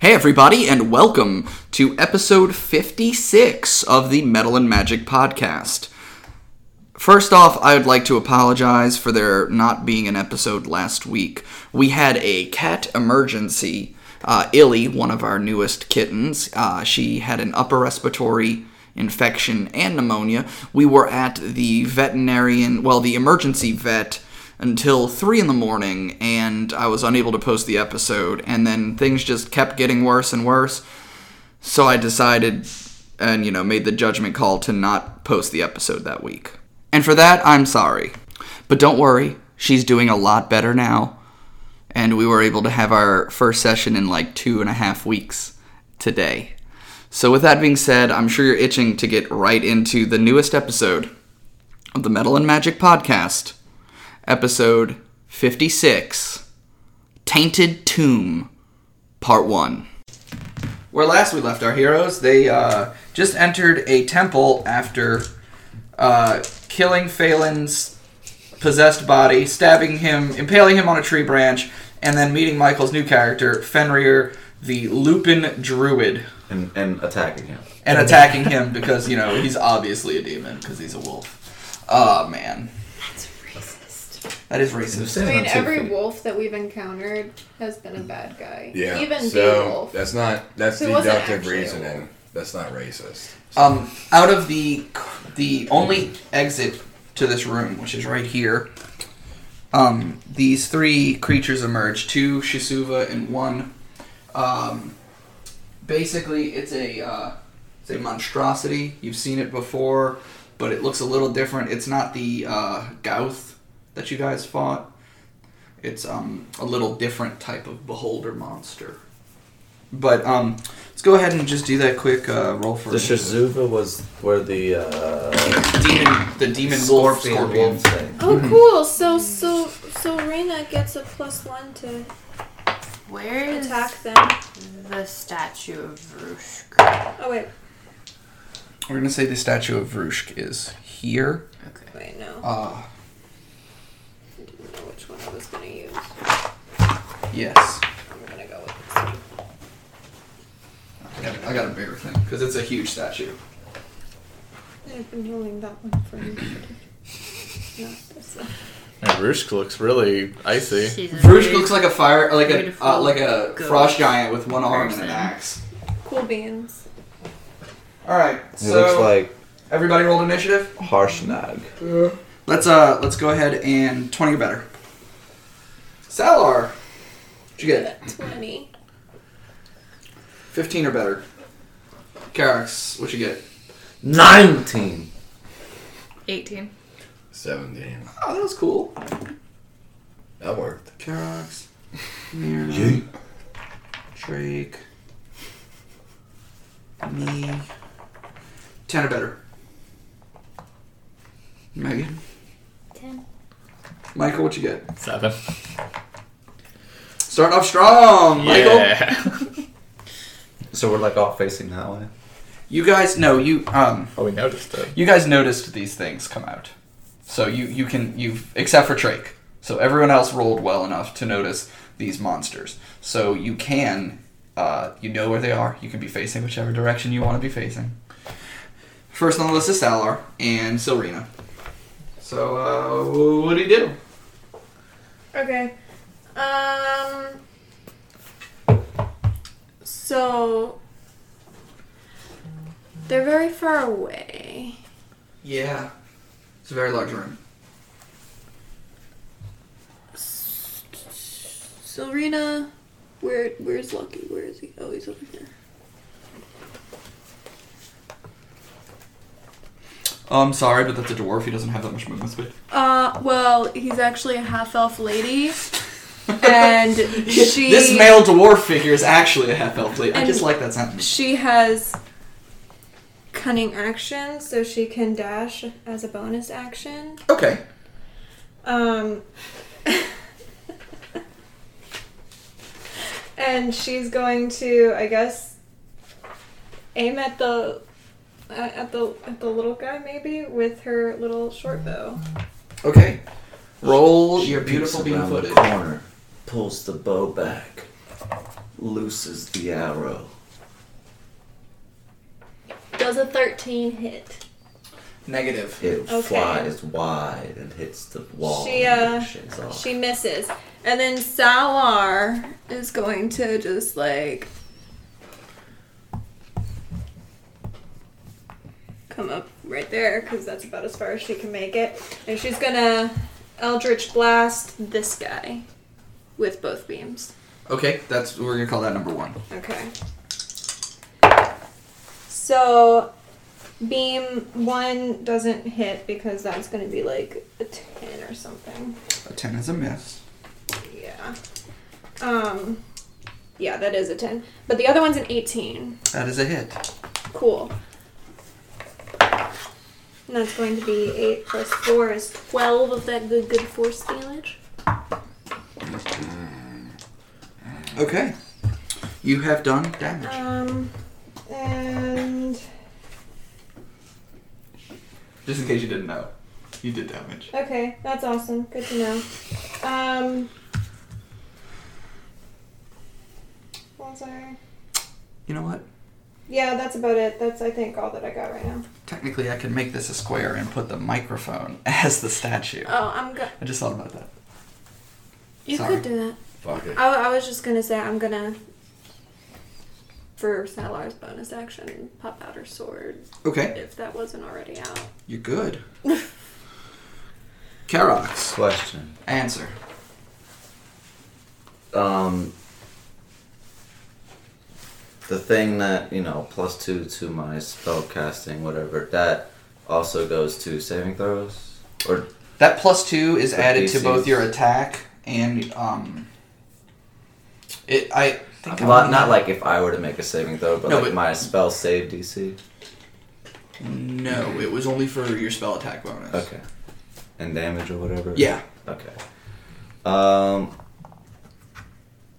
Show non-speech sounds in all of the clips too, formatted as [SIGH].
Hey, everybody, and welcome to episode 56 of the Metal and Magic podcast. First off, I would like to apologize for there not being an episode last week. We had a cat emergency. Uh, Illy, one of our newest kittens, uh, she had an upper respiratory infection and pneumonia. We were at the veterinarian, well, the emergency vet until 3 in the morning, and I was unable to post the episode. And then things just kept getting worse and worse. So I decided and, you know, made the judgment call to not post the episode that week. And for that, I'm sorry. But don't worry, she's doing a lot better now. And we were able to have our first session in like two and a half weeks today. So, with that being said, I'm sure you're itching to get right into the newest episode of the Metal and Magic Podcast, episode 56 Tainted Tomb, Part 1 where last we left our heroes, they uh, just entered a temple after uh, killing Phelan's possessed body, stabbing him, impaling him on a tree branch, and then meeting Michael's new character, Fenrir, the Lupin Druid, and, and attacking him. and attacking him because, you know, he's obviously a demon because he's a wolf. Oh, man. That's racist. That is racist. I mean, every wolf that we've encountered has been a bad guy. Yeah. Even the so wolf. that's not that's So it wasn't deductive actually a reasoning. That's not racist. Um, out of the the only exit to this room, which is right here, um, these three creatures emerge: two Shisuva and one. Um, basically, it's a uh, it's a monstrosity. You've seen it before, but it looks a little different. It's not the uh, Gouth that you guys fought. It's um, a little different type of beholder monster. But um, let's go ahead and just do that quick uh, roll for The Shizuva was where the uh, demon, the demon wolf scorpion. wolf thing. Oh, Mm-hmm. cool. So, so, so Rena gets a plus one to Where is attack them. the statue of Vrushk? Oh wait, We're gonna say the statue of Vrushk is here. Okay. wait, no. Uh I didn't know which one I was gonna use. yes. I'm gonna go with this one. I got, I got a bigger thing because it's a huge statue. I've been holding that one for you. No, that's [LAUGHS] not. And Rusk looks really icy. She's a Vrushk very- looks like a fire, like a uh, Beautiful like a ghost frost giant with one arm and person. an axe. Cool beans. All right, It so looks like everybody rolled initiative. Harshnag. Let's uh let's go ahead and twenty or better. Salar, what'd you get? Twenty. Fifteen or better. Carax, what'd you get? Nineteen. 18. Seventeen. Oh, that was cool. That worked. Carox, Mira, Drake, me, ten or better. Megan, Ten. Michael, what you get? Seven. Starting off strong, Michael. Yeah. So we're like all facing that way. You guys, no, you um, Oh, we noticed it. you guys noticed these things come out, so you you can you've except for Drake. So everyone else rolled well enough to notice these monsters. So you can, uh, you know where they are. You can be facing whichever direction you want to be facing. First on the list is Salar and Silrina. So uh, what do you do? Okay. Um. So. They're very far away. Yeah, it's a very large room. Serena, where where's Lucky? Where is he? Oh, he's over here. Oh, I'm sorry, but that's a dwarf. He doesn't have that much movement speed. Uh, well, he's actually a half elf lady, [LAUGHS] and she this male dwarf figure is actually a half elf. I And- just like that sentence. she has cunning action, so she can dash as a bonus action. Okay. Um, and she's going to, I guess, aim at the uh, at the at the little guy maybe with her little short bow. Okay. Roll She your peeks beautiful beam around footage. The corner pulls the bow back. looses the arrow. Does a 13 hit? Negative. It Okay. flies wide and hits the wall. She, and uh, shins off. She misses. And then Salar is going to just like come up right there because that's about as far as she can make it. And she's gonna Eldritch Blast this guy with both beams. Okay, that's we're gonna call that number one. Okay. So beam one doesn't hit because that's gonna be like a 10 or something. A ten is a miss. Yeah. Um yeah, that is a 10. But the other one's an 18. That is a hit. Cool. And that's going to be 8 plus 4 is 12 of that good, good force damage. Okay. You have done damage. Um, and. Just in case you didn't know, you did damage. Okay, that's awesome. Good to know. Um. what was I- You know what? Yeah, that's about it. That's, I think, all that I got right now. Technically, I could make this a square and put the microphone [LAUGHS] as the statue. Oh, I'm good. I just thought about that. You Sorry. could do that. Fuck it. I, I was just gonna say I'm gonna for Salar's bonus action pop out her sword Okay, if that wasn't already out. you're [LAUGHS] good. Karox, Question. answer. Um, the thing that you know, plus two to my spell casting, whatever that also goes to saving throws, or That plus two is The added to both DCs. your attack and um. It I think I not, only- not like if I were to make a saving throw, but No, like but- my spell save DC. no. It was only for your spell attack bonus. Okay, and damage or whatever. Yeah. Okay. Um,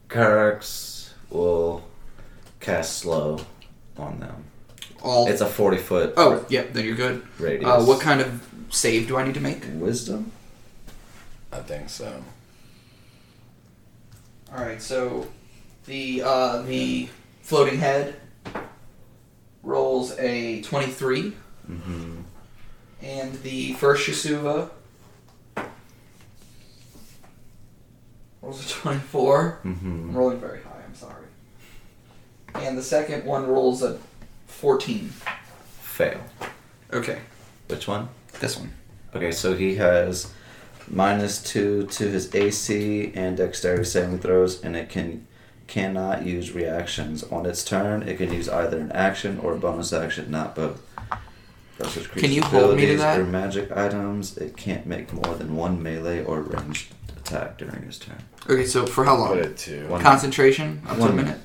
Karax will cast slow on them. All. It's a forty foot oh, yeah. Then you're good. radius. Uh, what kind of save do I need to make? Wisdom. I think so. All right. So the uh, the floating head rolls a twenty-three, Mm-hmm. and the first Yasuva rolls a twenty-four. Mm-hmm. I'm rolling very high, I'm sorry. And the second one rolls a 14. Fail. Okay. Which one? This one. Okay, so he has minus two to his AC and dexterity saving throws, and it can cannot use reactions on its turn. It can use either an action or a bonus action, not both. Those are Can you hold me to abilities that? Or magic items. It can't make more than one melee or ranged attack during his turn. Okay, so for how Put long? it to One- Concentration? Up to a One minute.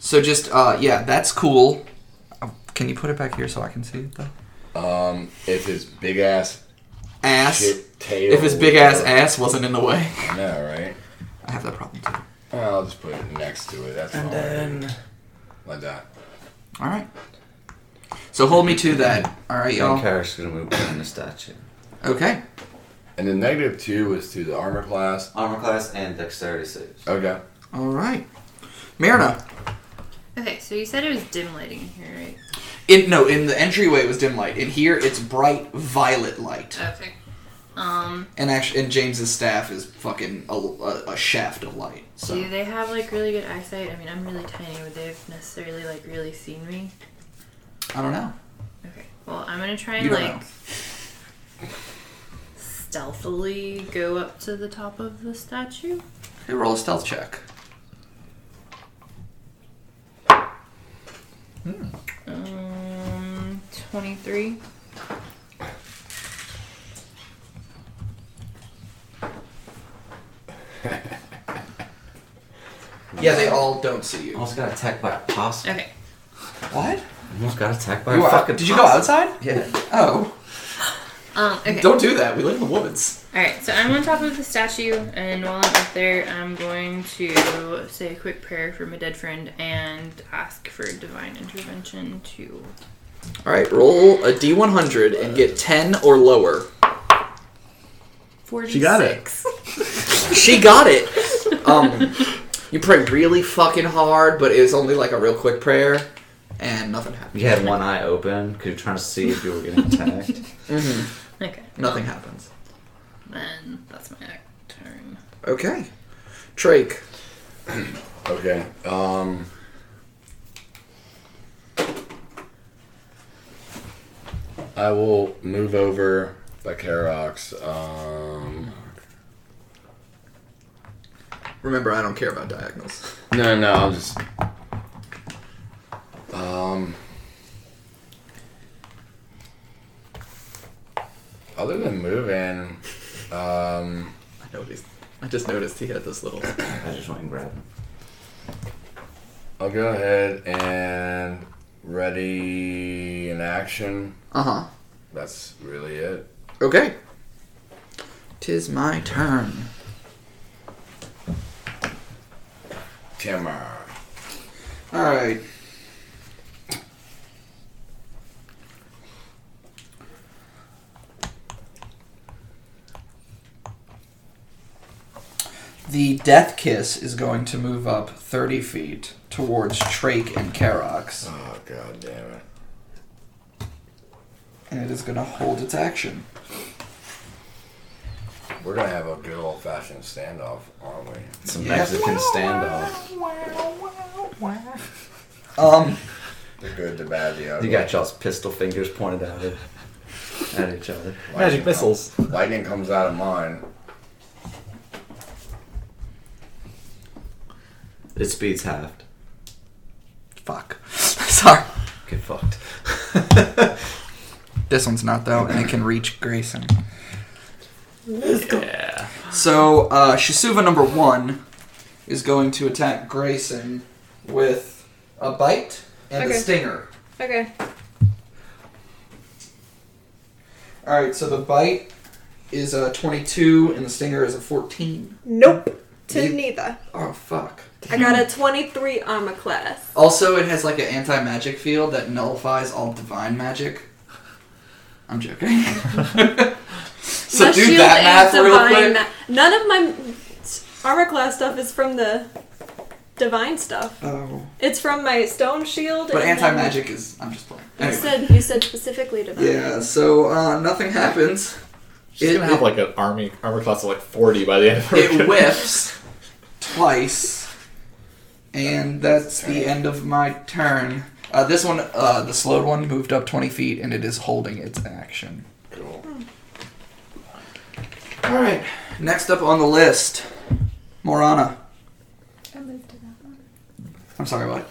So just, uh, yeah, that's cool. Uh, Can you put it back here so I can see it, though? Um, if his big ass Ass. shit tail. If his big ass or- ass wasn't in the way. I know, right? I have that problem, too. I'll just put it next to it. That's fine. Like that. All right. So hold me to that. All right, And y'all. Karak's gonna move behind the statue. Okay. And then negative two was to the armor class. Armor class and dexterity saves. Okay. All right. Myrna. Okay, so you said it was dim lighting in here, right? In, no, in the entryway it was dim light. In here, it's bright violet light. Okay. Um, And actually, and James's staff is fucking a, a, a shaft of light. So do they have like really good eyesight? I mean, I'm really tiny. Would they have necessarily like really seen me? I don't know. Okay. Well, I'm gonna try You and don't like know. stealthily go up to the top of the statue. Hey, roll a stealth check. Um, 23. Yeah, they all don't see you. Almost got attacked by a possum. Okay. What? Almost got attacked by You a are- fucking did you go outside? Yeah. Oh, Um, okay. don't do that. We live in the woods. Alright, so I'm on top of the statue, and while I'm up there, I'm going to say a quick prayer for my dead friend and ask for divine intervention to. All right, roll a d100 and get 10 or lower. 46. She got it. She got it. Um, You pray really fucking hard, but it's only like a real quick prayer, and nothing happens. You had one eye open because you're trying to see if you were getting [LAUGHS] attacked. [LAUGHS] Okay. Mm-hmm. Nothing happens. Then that's my act turn. Okay. Drake. Okay. Um. I will move over by Karox. Um, Remember, I don't care about diagonals. no, no, I'll just. Um. Other than moving, um, I noticed. I just noticed he had this [LAUGHS] little. I just went and grabbed him. I'll go ahead and ready an action. Uh huh. That's really it. Okay. Tis my turn. Timmer. All right. The Death Kiss is going to move up 30 feet towards Trake and Karox, Oh god damn it. and it is going to hold its action. We're gonna have a good old fashioned standoff, aren't we? It's a Yeah. Mexican standoff. Um, The good, the bad, the ugly. You got y'all's pistol fingers pointed at it. At each [LAUGHS] other. Lightning comes- lightning comes out of mine. Its speed's halved. fuck. [LAUGHS] Sorry. Get fucked. This one's not though, and it can reach Grayson. Yeah. So uh, Shisuva number one is going to attack Grayson with a bite and a Okay. stinger. Okay. All right. So the bite is a twenty-two, and the stinger is a fourteen. Nope. To You- neither. Oh fuck. I got a 23 armor class. Also, it has like an anti-magic field that nullifies all divine magic. I'm joking. [LAUGHS] [LAUGHS] so My do shield that math is real divine quick. ma- None of my armor class stuff is from the divine stuff. oh. It's from my stone shield. But and anti magic is. I'm just playing. You Anyway. said you said specifically divine. Yeah, so uh, nothing happens. She's It- gonna have it- like an army armor class of like forty by the end. Of her It whiffs twice, and that's the end of my turn. Uh, this one, uh, the slowed one, moved up 20 feet, and it is holding its action. Cool. All right, next up on the list, Morana. I moved to that one. I'm sorry, what?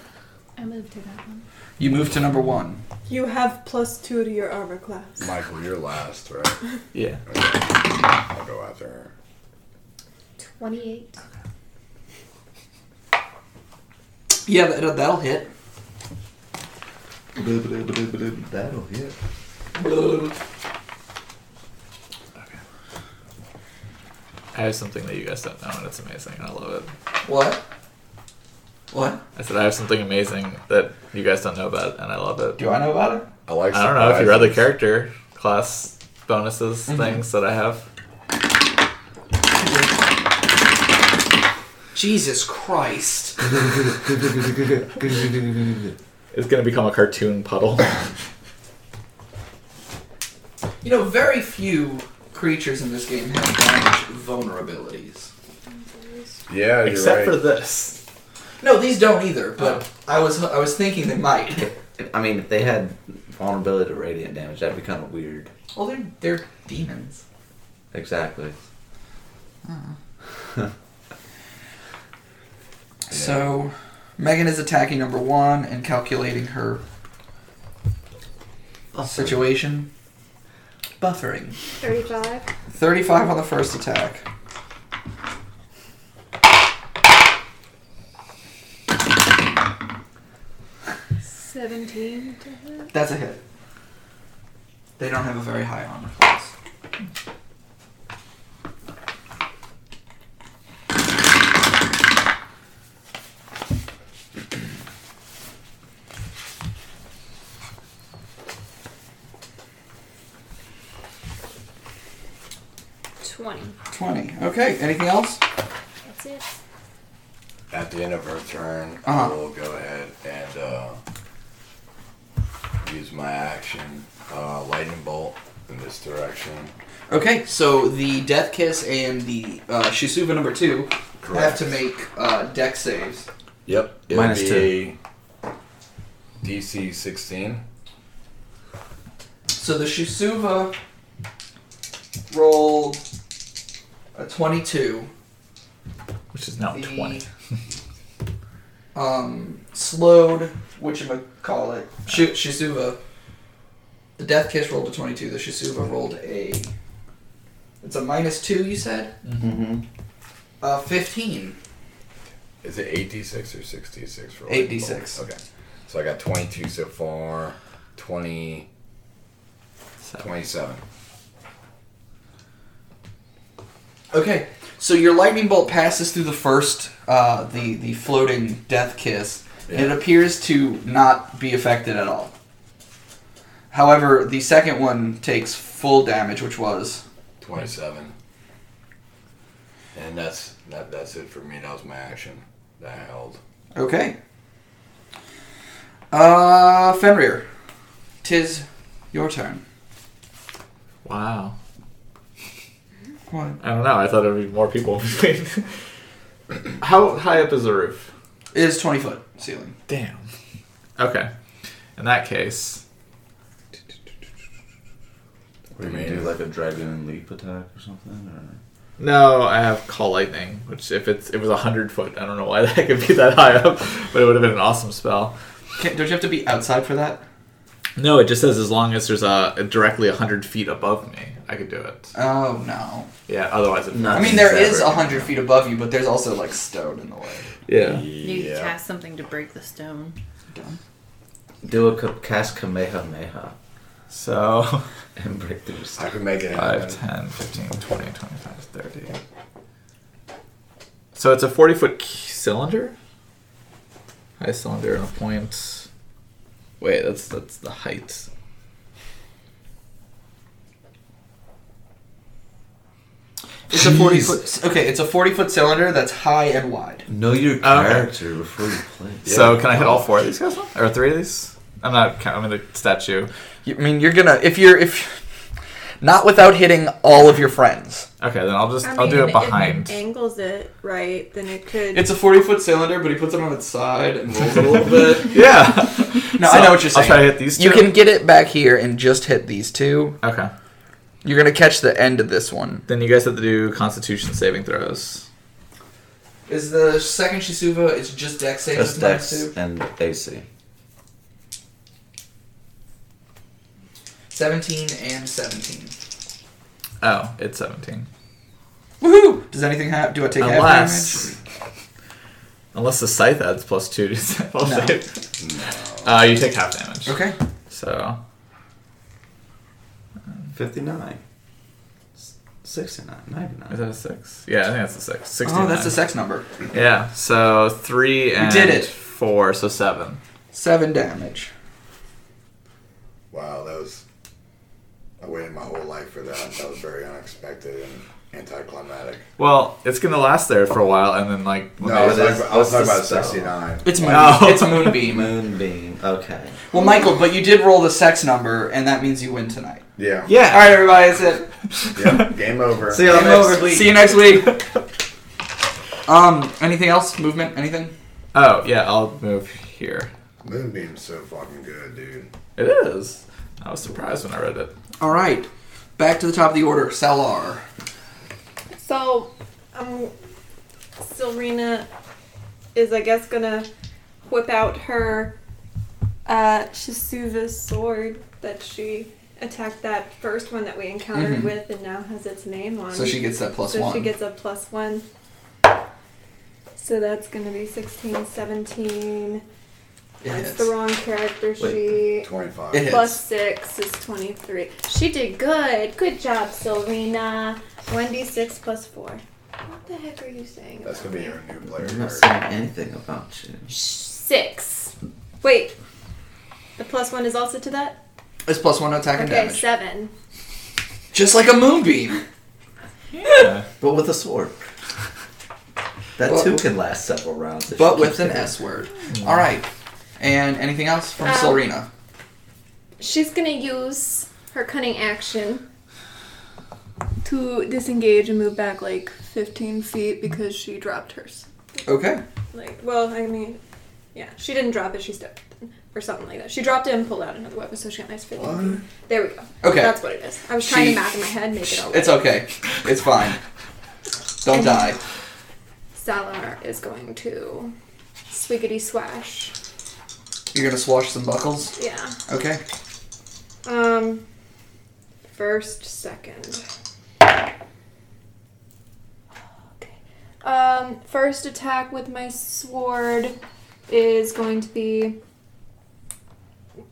I moved to that one. You moved to number one. You have plus two to your armor class. Michael, you're last, right? Yeah. I'll go after her. 28. Yeah, that, that'll hit. That'll hit. I have something that you guys don't know, and it's amazing. and I love it. What? What? I said I have something amazing that you guys don't know about, and I love it. Do I know about it? I like I don't know if you surprises. read the character class bonuses things that I have. Jesus Christ. It's gonna become a cartoon puddle. You know, very few creatures in this game have damage vulnerabilities. Yeah, you're Except right. for this. No, these don't either. But I was I was thinking they [LAUGHS] might. I mean, if they had vulnerability to radiant damage, that'd be kind of weird. Well, they're they're demons. Exactly. So, Megan is attacking number one and calculating her situation. Buffering. 35. Thirty-five on the first attack. Seventeen to hit. That's a hit. They don't have a very high armor class. Twenty. Twenty. Okay. Anything else? That's it. at the end of her turn, I Uh-huh. will go ahead and uh, use my action, uh, lightning bolt in this direction. Okay, so the Death Kiss and the uh, Shisuva number two have Correct. to make uh, deck saves. Yep. It'll Minus be two. a DC 16. So the Shisuva rolled a 22. which is now The- Oh, twenty. [LAUGHS] um, slowed, whatchamacallit, uh, Sh- Shisuva. The Death Kiss rolled a 22. The Shisuva rolled a. It's a minus 2, you said? Mm-hmm. Uh, 15. Is it 8d6 or 6d6 for 8d6. Okay. So I got 22 so far, 20, So 27. Okay, so your lightning bolt passes through the first, uh, the, the floating Death Kiss, and it Yeah. appears to not be affected at all. However, the second one takes full damage, which was 27. And that's that, that's it for me. That was my action that I held. Okay. Uh, Fenrir, tis your turn. wow. What? I don't know. I thought there'd be more people. [LAUGHS] How high up is the roof? It is 20 foot ceiling. Damn. Okay. In that case, We're gonna do like a dragon leap attack or something, or no, I have call lightning, which if it's it was hundred foot, I don't know why [LAUGHS] that could be that high up, but it would have been an awesome spell. Can't, don't you have to be outside for that? No, it just says as long as there's a directly hundred feet above me, I could do it. Oh, no. Yeah. Otherwise, it. I mean, there is a 100 feet above you, but there's also, like, stone in the way. Yeah. You could Yeah. cast something to break the stone. do a ka- cast kamehameha [LAUGHS] So and break through. the st- I could make it 5, happen. 10, 15, 20, 25, 30. So it's a 40 foot c- cylinder? High cylinder and a point. Wait, that's that's the height. It's a 40 foot. Okay, it's a 40 foot cylinder that's high and wide. Know your character before you play. so can I hit all four of these guys? Or three of these? I'm not counting the statue. I mean, you're gonna. If you're. if Not without hitting all of your friends. Okay, then I'll just I I will do mean, it if behind. Angles it right, then it could. It's a 40 foot cylinder, but he puts it on its side and rolls it a [LAUGHS] little bit. [LAUGHS] yeah. No, So I know what you're saying. I'll try to hit these two. You can get it back here and just hit these two. Okay. You're gonna catch the end of this one. Then you guys have to do constitution saving throws. Is the second Shisuva? It's just Dex saves. Just Dex and AC. Seventeen and seventeen. Oh, it's 17. Woohoo! Does anything happen? Do I take half Unless. Unless the scythe adds plus two to [LAUGHS] spell No. save. Uh, you take half damage. damage? Okay. So, Fifty nine. Sixty nine. Ninety nine. is that a six? Yeah, I think that's a six. 69. Oh, that's a sex number. Yeah, so three and did it. four, so seven. Seven damage. Wow, that was. I waited my whole life for that. That was very unexpected and anticlimactic. Well, it's going to last there for a while, and then, like, when No, they- I was, it talking is- about- I was talking what's about the spell? 69. It's moon. Oh. It's [LAUGHS] moonbeam. Moonbeam. Okay. well, Michael, but you did roll the sex number, and that means you win tonight. Yeah. All right, everybody, that's it. yeah. Game [LAUGHS] over. See y'all Game next over. week. See you next week. um, anything else? Movement? Anything? [LAUGHS] Oh, yeah, I'll move here. Moonbeam's so fucking good, dude. It is. I was surprised when I read it. All right. Back to the top of the order. Salar. so, um, Silrina is, I guess, gonna whip out her uh, Shisuva sword that she attacked that first one that we encountered Mhm. with, and now has its name on. So she gets that plus so one. she gets a plus one. So that's going to be 16, 17. It that's hits. the wrong character Wait. sheet. 25. It hits. Plus 6 is 23. She did good. Good job, Silvina. 1d6 plus 4. What the heck are you saying? That's about gonna be me? your new player I'm not card. saying anything about you. 6. Wait. The plus 1 is also to that? It's plus one attack and okay, damage. 7. Just like a moonbeam. Yeah. But with a sword. That But- too can last several rounds. if but she with keeps an doing it. S word. All right. And anything else from Um, Silrina? She's gonna use her cunning action to disengage and move back like 15 feet because she dropped hers. Okay. Like, well, I mean, yeah, she didn't drop it, she stepped or something like that. She dropped it and pulled out another weapon, so she got nice 15 feet. There we go. Okay. That's what it is. I was trying She- to math in my head, make it all It's okay. It's fine. Don't die. Salar is going to swiggity swash. You're gonna swash some buckles. Yeah. Okay. Um, first, second. Okay. Um, first attack with my sword is going to be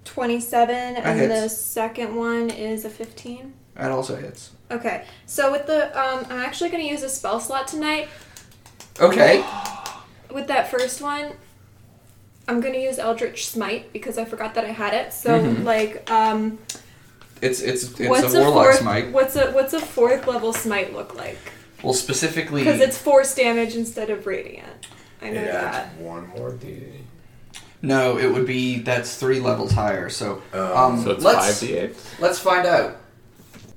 27, and hits. the second one is a 15. That also hits. Okay, so with the, um, I'm actually going to use a spell slot tonight. Okay. With that first one, I'm going to use Eldritch Smite because I forgot that I had it. So, Mhm. like, um, It's it's it's what's a a, warlock fourth, smite. What's a what's a fourth level smite look like? [LAUGHS] Well, specifically, Because it's force damage instead of radiant. I know Yeah, that. one more D. no, it would be that's three levels higher. So Um, um, Oh, So it's let's 5d8? let's find out.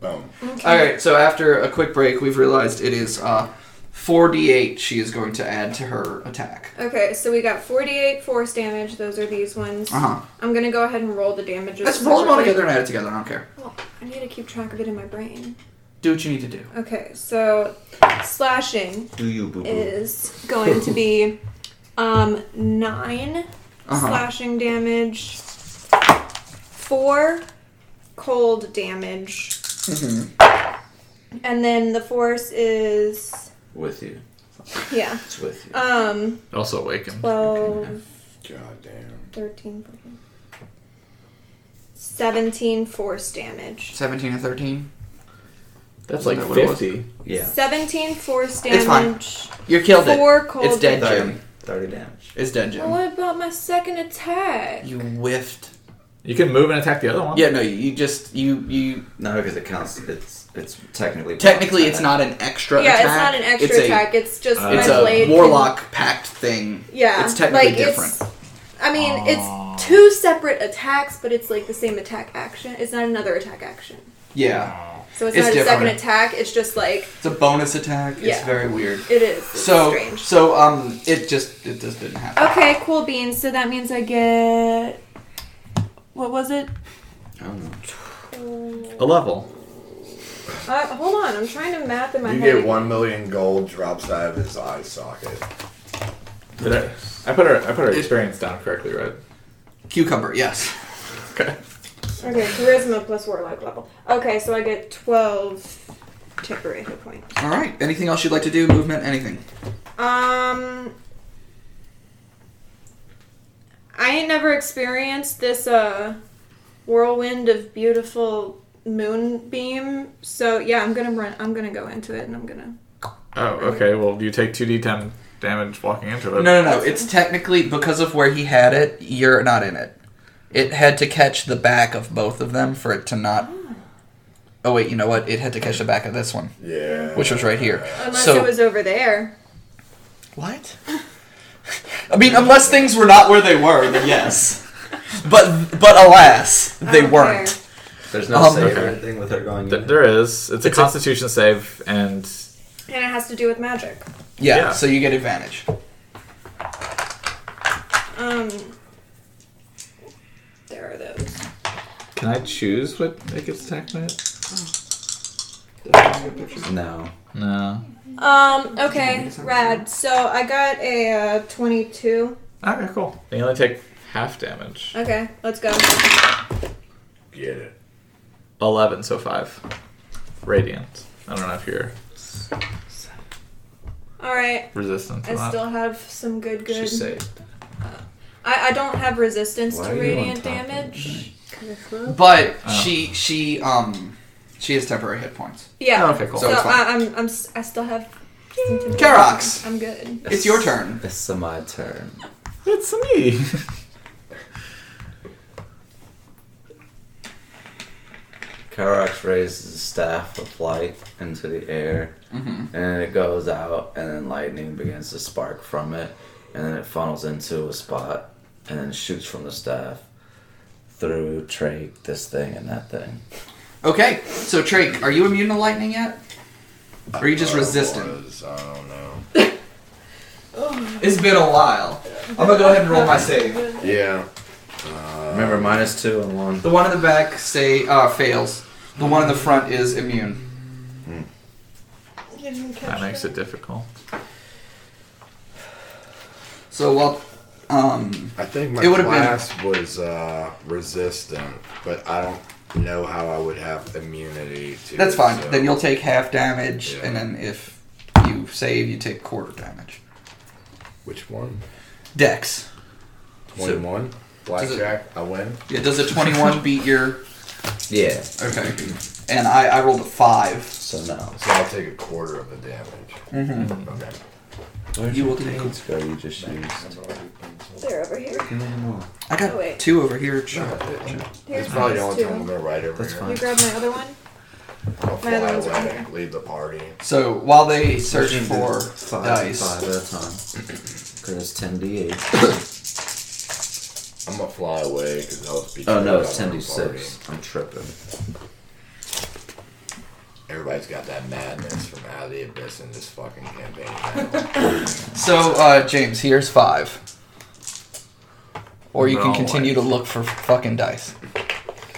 boom. All right. So after a quick break, we've realized it is uh, 4d8. She is going to add to her attack. Okay, so we got 48 force damage. Those are these ones. Uh huh. I'm gonna go ahead and roll the damages. Let's roll them all separately. together and add it together. I don't care. Well, I need to keep track of it in my brain. Do what you need to do. Okay, so slashing Do you boo boo? is going to be um 9 Uh huh. slashing damage, four cold damage, Mm-hmm. and then the force is With you. yeah, It's with you. um, Also awaken. 12, God damn. 13, 14, 17 force damage. 17 and 13. That's Isn't that like what it was? 50. yeah, 17 force It's fine. damage, You killed it. four cold It's dead, damage. Jim. Thirty. thirty damage. It's dead, Well, Jim. what about my second attack? You whiffed. You can move and attack the other one. Yeah, no, you just you you No, because it counts. It's it's technically technically it's not an extra yeah, attack. it's not an extra It's a- attack. It's just Uh, my It's blade. a can- warlock pact thing. Yeah, It's technically like, different. It's, I mean, it's two separate attacks, but it's like the same attack action. It's not another attack action. yeah. So it's, It's not a second different. attack. It's just like It's a bonus attack. It's Yeah. very weird. it is. It's so strange. Oh. so um it just it just didn't happen. okay, cool beans. So that means I get what was it? I don't know. A level. Uh, hold on, I'm trying to math in my You head. get one million gold drops out of his eye socket. Did I, I put our I put our experience down correctly, right? Cucumber, yes. Okay. Okay, charisma plus warlock level. Okay, so I get twelve temporary hit points. All right. Anything else you'd like to do? Movement? Anything? Um, I ain't never experienced this uh whirlwind of beautiful moonbeam. So yeah, I'm gonna run. I'm gonna go into it, and I'm gonna. Oh, okay. Well, you take 2d10 damage walking into No, it. no, no. It's technically because of where he had it. You're not in it. It had to catch the back of both of them for it to not. Oh wait, you know what? It had to catch the back of this one, Yeah. which was right here. Unless so it was over there. What? I mean, unless things were not where they were, then yes. But but alas, I they don't weren't. care. There's no Um, save or okay. anything with her going. Th- in. there is. It's a It's a- constitution save, and And it has to do with magic. Yeah, Yeah. so you get advantage. Um, there are those. can I choose what it gets attacked by? It? No. No. Um, okay, rad. So I got a uh, twenty-two. Okay, cool. Then you only take half damage. Okay, let's go. Get it. 11, so 5. Radiant. I don't know if you're All right, resistant to I that. still have some good good. She's saved. I, I don't have resistance Why to are you on radiant top of damage. But Oh. she she um she has temporary hit points. Yeah. Oh, okay, cool. So, So it's fine. I, I'm I'm s- I still have. some temporary- Karox. I'm good. It's your turn. It's my turn. It's me! Karax raises his staff of light into the air, Mm-hmm. and then it goes out, and then lightning begins to spark from it, and then it funnels into a spot, and then shoots from the staff through Trey, this thing, and that thing. Okay, so Trake, are you immune to lightning yet? Or are you just I resistant? was, I don't know. It's been a while. I'm gonna go ahead and roll my save. Yeah. Uh, Remember, minus two and one. The one in the back say uh, fails. The one in the front is immune. That makes it difficult. So well, um, I think my It would've been- class was uh, resistant, but I don't know how I would have immunity to. that's it, fine. so- Then you'll take half damage, Yeah. and then if you save, you take quarter damage. Which one? Dex. Twenty-one. Blackjack. I win. Yeah, does a 21 beat your? Yeah. Okay. And I, I rolled a five. So no. So I'll take a quarter of the damage. Mm-hmm. Okay. You will take. Go. You just used. They're over here. I got Oh, wait. two over here. Sure. Here's It's probably the yours only time I'm too. gonna write over here. You grab my other one. I'll fly My other one's right away, here. leave the party. So while they search for five, dice, five at a time. Cause it's ten d eight. I'm gonna fly away because I was. Oh no, betrayed it's by ten d the party. six. I'm tripping. Everybody's got that madness from out of the abyss in this fucking [LAUGHS] campaign. so uh, James, here's five. Or you can No, continue to look for fucking dice.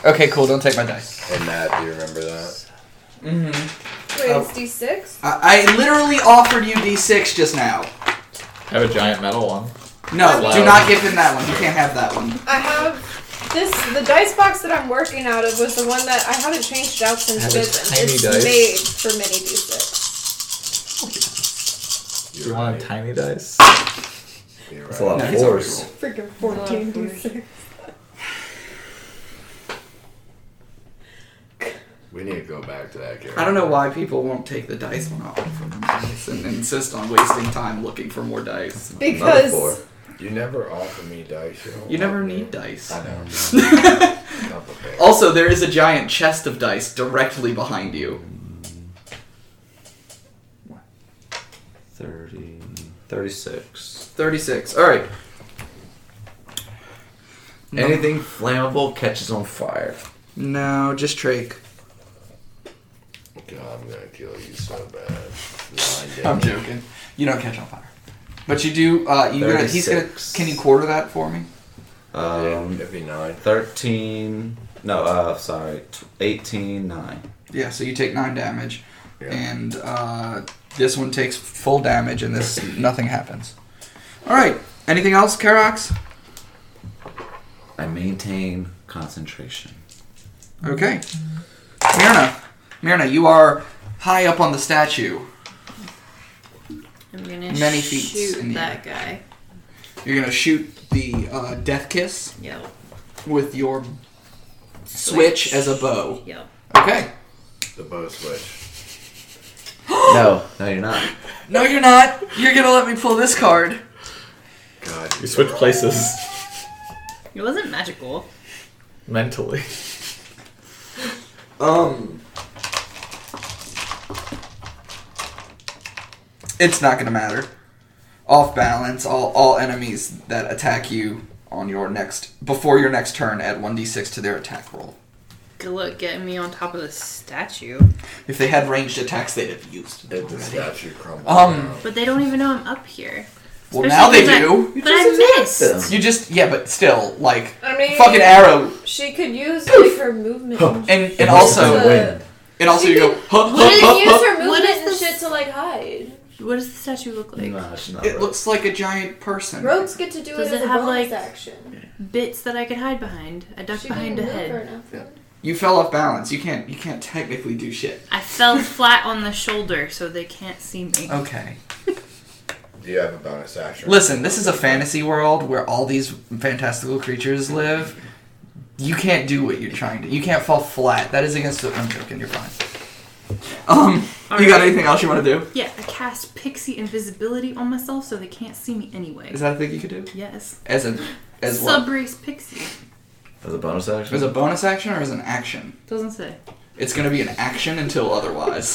Okay, cool. Don't take my dice. and Matt, do you remember that? Wait, Oh. it's D6? I, I literally offered you d6 just now. I have a giant metal one. No, Wow. do not give him that one. You can't have that one. I have this. The dice box that I'm working out of was the one that I haven't changed out I have a since Vision. tiny It's dice. made for mini D6. Do you want a tiny dice? You're It's a lot right. of it's force. Freaking fourteen D6. We need to go back to that character. I don't know why people won't take the dice when I offer them dice and insist on wasting time looking for more dice. Another Because four. You never offer me dice. don't You never like need me. dice. Oh. I know. Not the thing. Also, there is a giant chest of dice directly behind you. 30, 36. 36. Alright. Anything flammable catches on fire. No, just Trake. God, I'm gonna kill you so bad. Nine I'm damage. joking. You don't catch on fire. But you do, uh, you gonna, he's gonna, 36. can you quarter that for me? Um, It'd be nine. 13. No, uh, sorry. tw- 18, 9. Yeah, so you take 9 damage, Yeah. and, uh, this one takes full damage, and this, nothing happens. Alright, anything else, Karox? I maintain concentration. Okay. Myrna, Myrna, you are high up on the statue. I'm gonna Many feats in shoot the that guy. You're gonna shoot the uh, death kiss Yep. with your switch as a bow. Yep. Okay. The bow switch. no, no, you're not. No, you're not. You're gonna let me pull this card. God, You switch places [LAUGHS] It wasn't magical. mentally. Um. It's not gonna matter. Off balance, all all enemies that attack you on your next before your next turn add one d six to their attack roll. Good luck getting me on top of the statue. If they had ranged attacks, they'd have used it. If the statue crumbles Um, down, But they don't even know I'm up here. Well, Especially now they since I- do. But I missed. You just yeah, but still, like I mean, fucking arrow, she could use like her movement. and shit. and and also win. and also you go. Huh, huh, She could huh, use huh. What her movement is and this? shit to like hide. What does the statue look like? No, it's not. It right. looks like a giant person. Rogues get to do Does it as it a have, bonus like- action. Bits that I could hide behind. I ducked She behind a didn't head. move or nothing. You fell off balance. You can't you can't technically do shit. I fell flat on the shoulder, so they can't see me. Okay. do you have a bonus action? Listen, this is a fantasy world where all these fantastical creatures live. You can't do what you're trying to. You can't fall flat. That is against the. I'm joking. You're fine. Um, you got Alright. anything else you want to do? Yeah, I cast pixie invisibility on myself, so they can't see me anyway. Is that a thing you could do? yes. As a as what? Subrace pixie. As a bonus action? As a bonus action or as an action? Doesn't say. It's going to be an action until otherwise.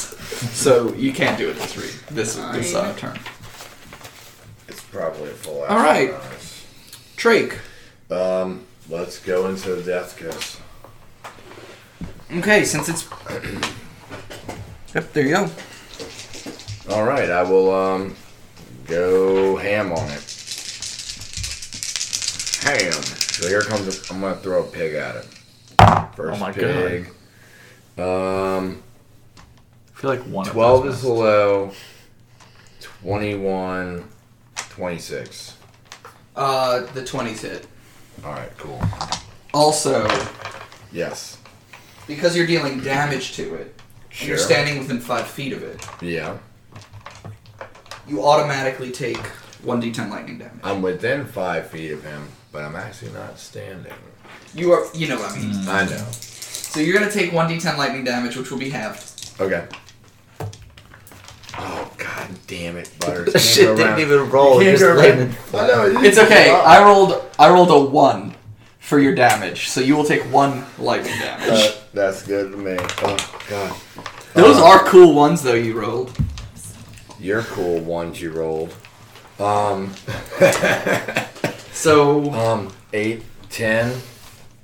so you can't do it this read this this uh, turn. It's probably a full All right. action, honest. Drake. Um, let's go into the death kiss. Okay, since it's [CLEARS THROAT] yep, there you go. All right, I will um go ham on it. Ham. So here comes. I'm gonna throw a pig at it. Oh First my pig. Um, I feel like one. of twelve those is missed. low. 21, 26. Uh, the twenties hit. All right, cool. Also, Yes. because you're dealing damage to it, and Sure. you're standing within five feet of it, yeah, you automatically take one d10 lightning damage. I'm within five feet of him, but I'm actually not standing. You are, you know what I mean. I know. So you're gonna take one d10 lightning damage, which will be halved. Okay. Oh god damn it, butter. [LAUGHS] That shit didn't even roll. You It can't just go around. landed. I know, didn't It's okay. roll. I rolled, I rolled a one for your damage, so you will take one lightning damage. Uh, that's good to me. Oh god. Those are cool ones though you rolled. You're cool ones you rolled. Um [LAUGHS] So Um eight, ten,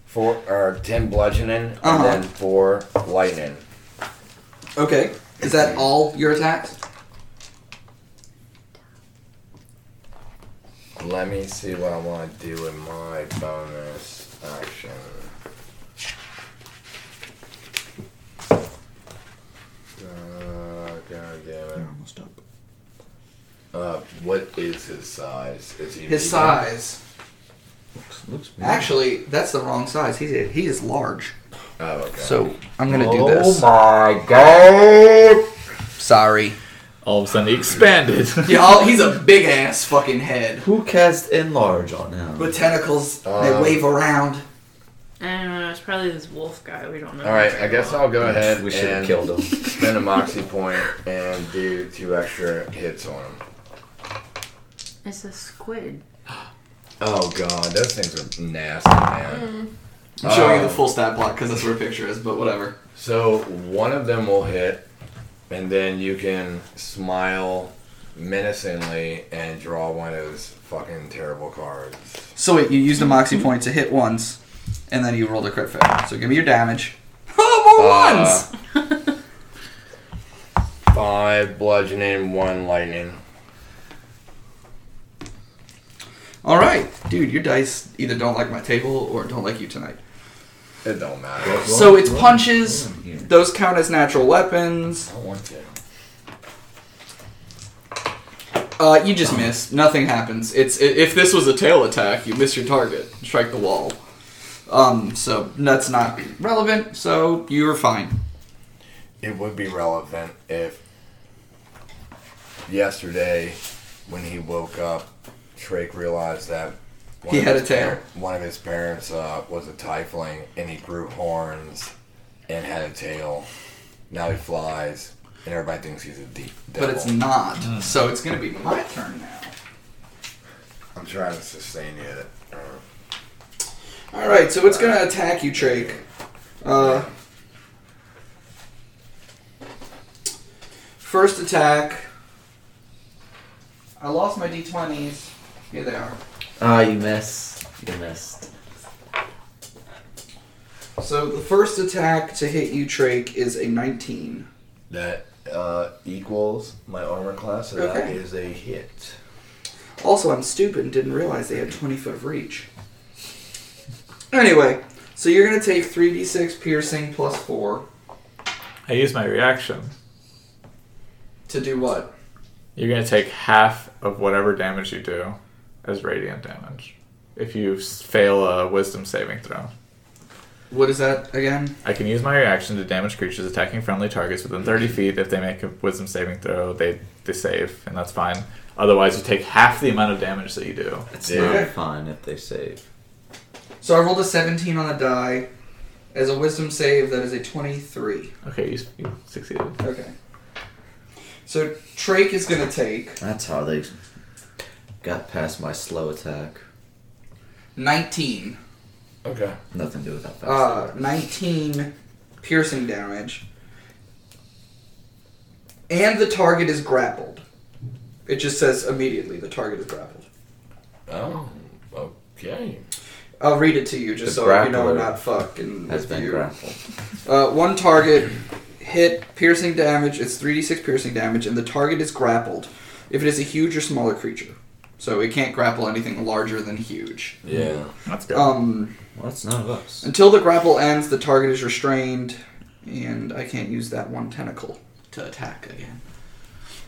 four or ten bludgeoning Uh-huh. and then four lightning. okay, is that all your attacks? Let me see what I wanna do in my bonus action. Uh, god damn it. almost up. Uh, what is his size? Is His he medium? size. Looks big. Actually, that's the wrong size. He's he is large. Oh, okay. So I'm gonna oh do this. my god! Sorry. all of a sudden he expanded. [LAUGHS] Yeah, I'll- he's a big ass fucking head Who cast enlarge on him? with tentacles. they Um, wave around. I don't know. It's probably this wolf guy. We don't know. All right, I guess I'll go ahead. we should have and killed him. Spend a moxie point and do two extra hits on him. It's a squid. Oh god, those things are nasty, man. I'm showing you Um, the full stat block because that's where a picture is. But whatever. So one of them will hit, and then you can smile menacingly and draw one of those fucking terrible cards. So wait, you used a moxie point to hit once, and then you rolled a crit fail. So give me your damage. Oh, more Uh, ones. [LAUGHS] Five bludgeoning, one lightning. All right, dude, your dice either don't like my table or don't like you tonight. It don't matter. So it's punches. Those count as natural weapons. I want to. Uh, you just miss. Nothing happens. It's i- if this was a tail attack, you miss your target, strike the wall. Um, so that's not relevant. So you're fine. It would be relevant if yesterday, when he woke up, Drake realized that one He of had his a tear. par- one of his parents uh, was a tiefling, and he grew horns and had a tail. Now he flies, and everybody thinks he's a deep. But it's not. So it's gonna be my turn now. I'm trying to sustain it. Uh, All right. So it's gonna attack you, Drake. Uh, first attack. I lost my d20s. Here they are. Ah, you miss. You missed. So the first attack to hit you, Drake, is a 19. that uh, equals my armor class, so that Okay. is a hit. Also, I'm stupid and didn't realize they had 20 foot reach. Anyway, so you're gonna take 3d6 piercing plus 4 I used my reaction. to do what? You're gonna take half of whatever damage you do as radiant damage. If you s- fail a wisdom saving throw, What is that again? I can use my reaction to damage creatures attacking friendly targets within 30 feet. If they make a wisdom saving throw, they, they save, and that's fine. Otherwise, you take half the amount of damage that you do. It's Dude. not fine if they save. So I rolled a 17 on the die. As a wisdom save, that is a 23. Okay, you, s- you succeeded. Okay. So Trake is gonna take That's how they got past my slow attack. 19. Okay. Ah, Nothing to do with that fast. Uh, 19 piercing damage. And the target is grappled. It just says immediately the target is grappled. Oh, okay. I'll read it to you just The so you know I'm grappler not fucking Has with been you. grappled. Uh, one target hit piercing damage. It's 3d6 piercing damage, and the target is grappled. If it is a huge or smaller creature, so it can't grapple anything larger than huge. Yeah. That's good. Um, Well, that's none of us. until the grapple ends, the target is restrained, and I can't use that one tentacle to attack again.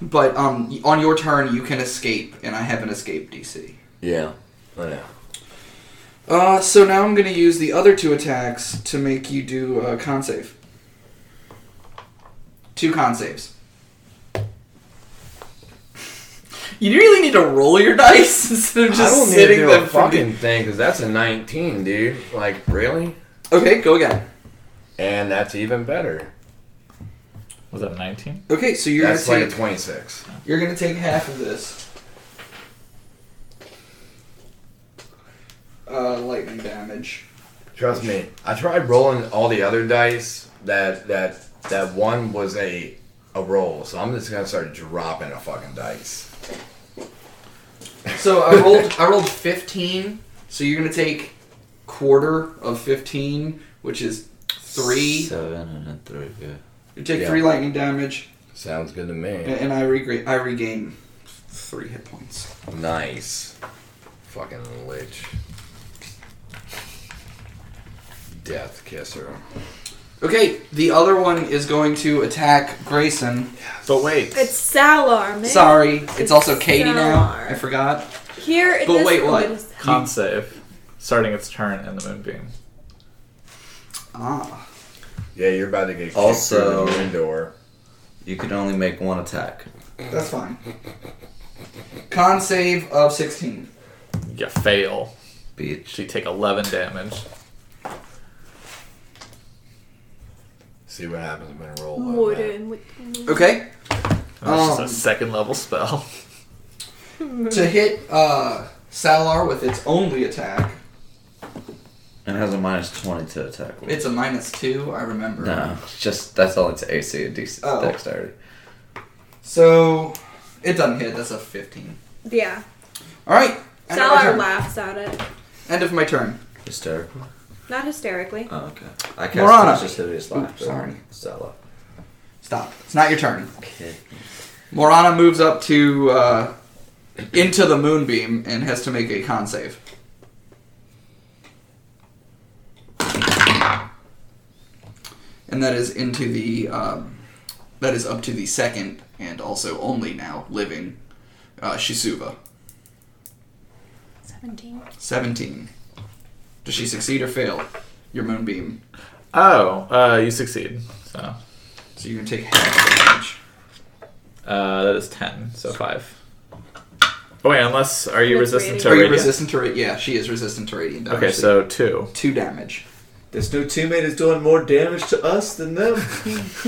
But um, on your turn, you can escape, and I have an escape DC. Yeah. I know. Uh, so now I'm gonna use the other two attacks to make you do a con save. Two con saves. [LAUGHS] You really need to roll your [LAUGHS] dice instead of just I don't need to sitting do them a from the- fucking thing because that's a 19, dude. Like, really? Okay, go again. And that's even better. Was that 19? Okay, so you're That's gonna like a take 26. you're gonna take half of this. Uh, lightning damage. Trust me. I tried rolling all the other dice. That that that one was a a roll. So I'm just gonna start dropping a fucking dice. So I rolled I rolled 15. So you're gonna take quarter of 15, which is three. Seven and a three, yeah. You take Yeah. three lightning damage, Sounds good to and, me. and I regain I regain three hit points. Nice. Fucking lich. Death kisser. Okay, the other one is going to attack Grayson. But wait. It's Salar, man. Sorry, it's, also Katie now. Salar. I forgot. Here it But is. wait, oh, what? it is- Con save. Starting its turn in the moonbeam. Ah, Yeah, you're about to get kicked Also- through the door. You can only make one attack. that's fine. Con save of 16. You fail. Beach. You take 11 damage. See what happens when I roll. like that. Warden with- Okay, And That's just Um. a second level spell. to hit uh, Salar with its only attack. And it has a minus 20 to attack. with. It's a minus two. I remember. No, it's just that's all it's AC and DC Oh. dexterity. So it doesn't hit. That's a 15. Yeah. All right. End of, my Salar turn. laughs at it. End of my turn. Hysterical. Not hysterically. Oh, okay. I cast Morana. Just Hideous Laugh. Oops, sorry. Stella. Stop. It's not your turn. Okay. Morana moves up to uh, into the moonbeam and has to make a con save. And that is into the um, that is up to the second and also only now living uh, Shisuva. 17. Seventeen. Does she succeed or fail? Your moonbeam. Oh, uh, you succeed. So So you can take half damage. uh, that is 10, so 5. Oh, wait, unless. Are you That's resistant to Are you radiant? resistant to radiant? Yeah, she is resistant to radiant damage. Okay, so 2. two damage. This new teammate is doing more damage to us than them. It's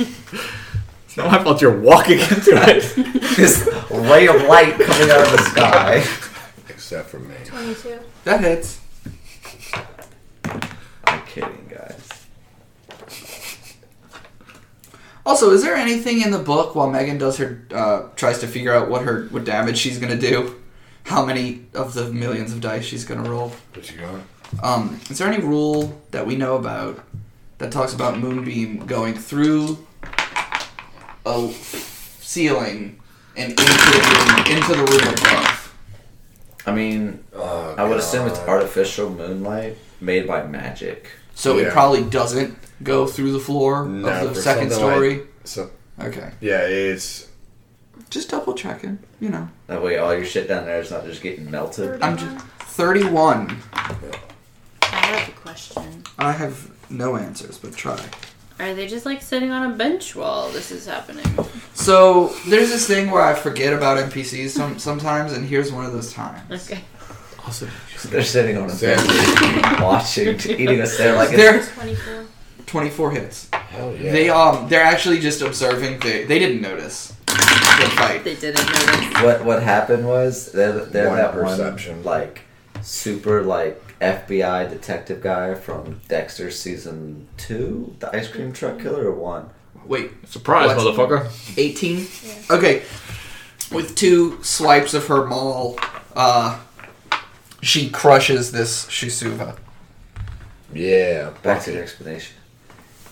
not my fault you're walking [LAUGHS] into it. [LAUGHS] this ray of light coming out of the [LAUGHS] sky. Except for me. 22. That hits. I'm kidding, guys. Also, is there anything in the book while Megan does her uh, tries to figure out what her what damage she's gonna do, how many of the millions of dice she's gonna roll? What you got? Um, is there any rule that we know about that talks about moonbeam going through a ceiling and into the room, into the room above? I mean, Oh, I would assume it's God. artificial moonlight made by magic. So it Yeah. probably doesn't go through the floor No, of for the second something like- story. So okay, yeah, it's just double checking. You know, That way, all your shit down there is not just getting melted. I'm just thirty-one. I have a question. I have no answers, but try. Are they just like sitting on a bench while this is happening? So there's this thing where I forget about NPCs some, sometimes, and here's one of those times. Okay. [LAUGHS] also, [LAUGHS] They're sitting on a Sam. bench, [LAUGHS] watching, eating a stair like They're it's 24. 24 hits. hell yeah. They um they're actually just observing. They they didn't notice the fight. They didn't notice. What what happened was they're, they're One that perception. one like super like FBI detective guy from Dexter season two, the ice cream truck killer, or one. Wait, Surprise, What's- motherfucker. 18? Okay. With two swipes of her maul, uh, she crushes this Shisuva. Yeah, Back to the explanation.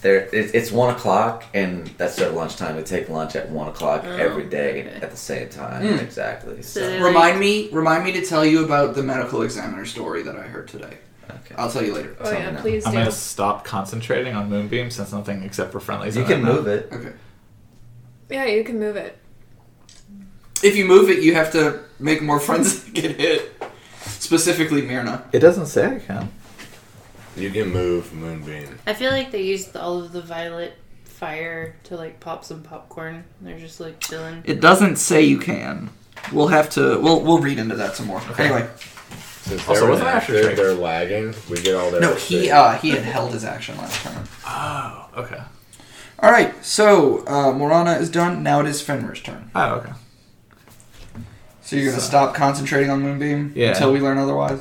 There, it, it's one o'clock, and that's their lunchtime. They take lunch at one o'clock Oh, every day okay. Hmm. at the same time. Mm. Exactly. So, So they, like, Remind me, remind me to tell you about the medical examiner story that I heard today. okay. I'll tell you later. Oh Tell me yeah, now. please I'm do. gonna stop concentrating on Moonbeam since nothing except for friendlies. You on can now. move it. Okay. Yeah, you can move it. If you move it, you have to make more [LAUGHS] friends that get hit. Specifically, Myrna. It doesn't say I can. you can move Moonbeam. I feel like they used all of the violet fire to like pop some popcorn. They're just like chilling. It doesn't say you can. We'll have to. We'll we'll read into that some more. Anyway, Since Also, they're Oh, what's an after inactive, drink? they're lagging. We get all their. no, he things. uh he had held his action last turn. Oh, okay. All right, so uh, Morana is done. Now it is Fenrir's turn. Oh, okay. So you're gonna So- stop concentrating on Moonbeam Yeah. until we learn otherwise.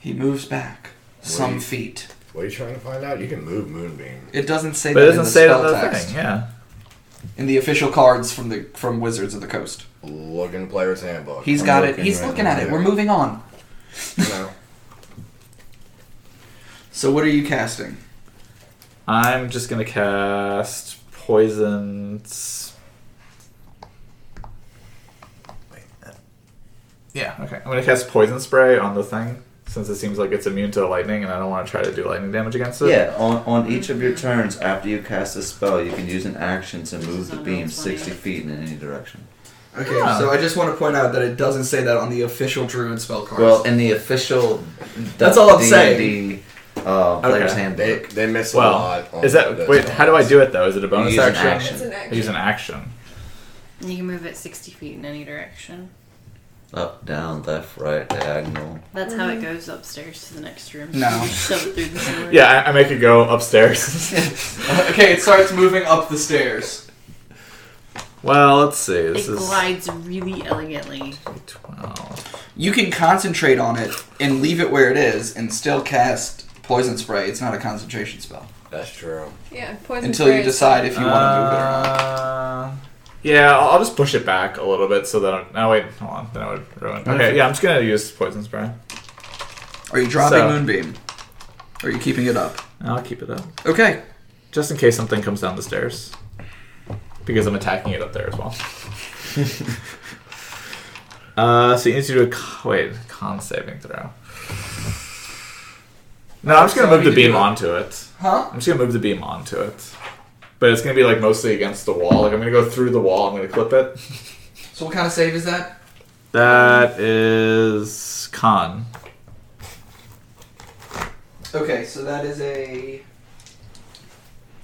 He moves back some Wait. feet. What are you trying to find out? You can move Moonbeam. It doesn't say But that it in the doesn't say it on spell the text thing. Yeah. in the official cards from the from Wizards of the Coast. Look in Player's Handbook. He's I'm got it. looking He's right looking now. at it. We're moving on. No. So what are you casting? I'm just gonna cast poison. s- Wait, uh, Yeah. Okay. I'm gonna cast poison spray on the thing since it seems like it's immune to lightning, and I don't want to try to do lightning damage against it. Yeah, on, on each of your turns after you cast a spell, you can use an action to move the beam 60 feet in any direction. Okay, Yeah. so I just want to point out that it doesn't say that on the official Druid spell cards. Well, in the official. That's all I'm D&D, saying. Uh, player's Okay. They, handbook. they miss a Well, lot. On is that the wait? How do I do it though? Is it a bonus use an action? action. It's an I action. use an action. And you can move it 60 feet in any direction. Up, down, left, right, diagonal. That's how it goes upstairs to the next room. No. [LAUGHS] You shove it through the floor. Yeah, I, I make it go upstairs. [LAUGHS] [LAUGHS] okay, it starts moving up the stairs. well, let's see. This it is glides really elegantly. 12. You can concentrate on it and leave it where it is and still cast poison spray. It's not a concentration spell That's [LAUGHS] true. Yeah, poison until you spray. decide if you want to move it or not. Uh, Yeah, I'll, I'll just push it back a little bit so that. I'm, no, wait, hold on. Then I would ruin. Okay, yeah, I'm just gonna use poison spray. Are you dropping So- moonbeam? Are you keeping it up? I'll keep it up Okay. just in case something comes down the stairs because I'm attacking it up there as [LAUGHS] well. uh, so you need to do a con, wait con saving throw. No, I'm just gonna So move we do the beam it. onto it. Huh? I'm just gonna move the beam onto it, but it's gonna be like mostly against the wall. Like I'm gonna go through the wall. I'm gonna clip it. So what kind of save is that? [LAUGHS] That is con. Okay, so that is a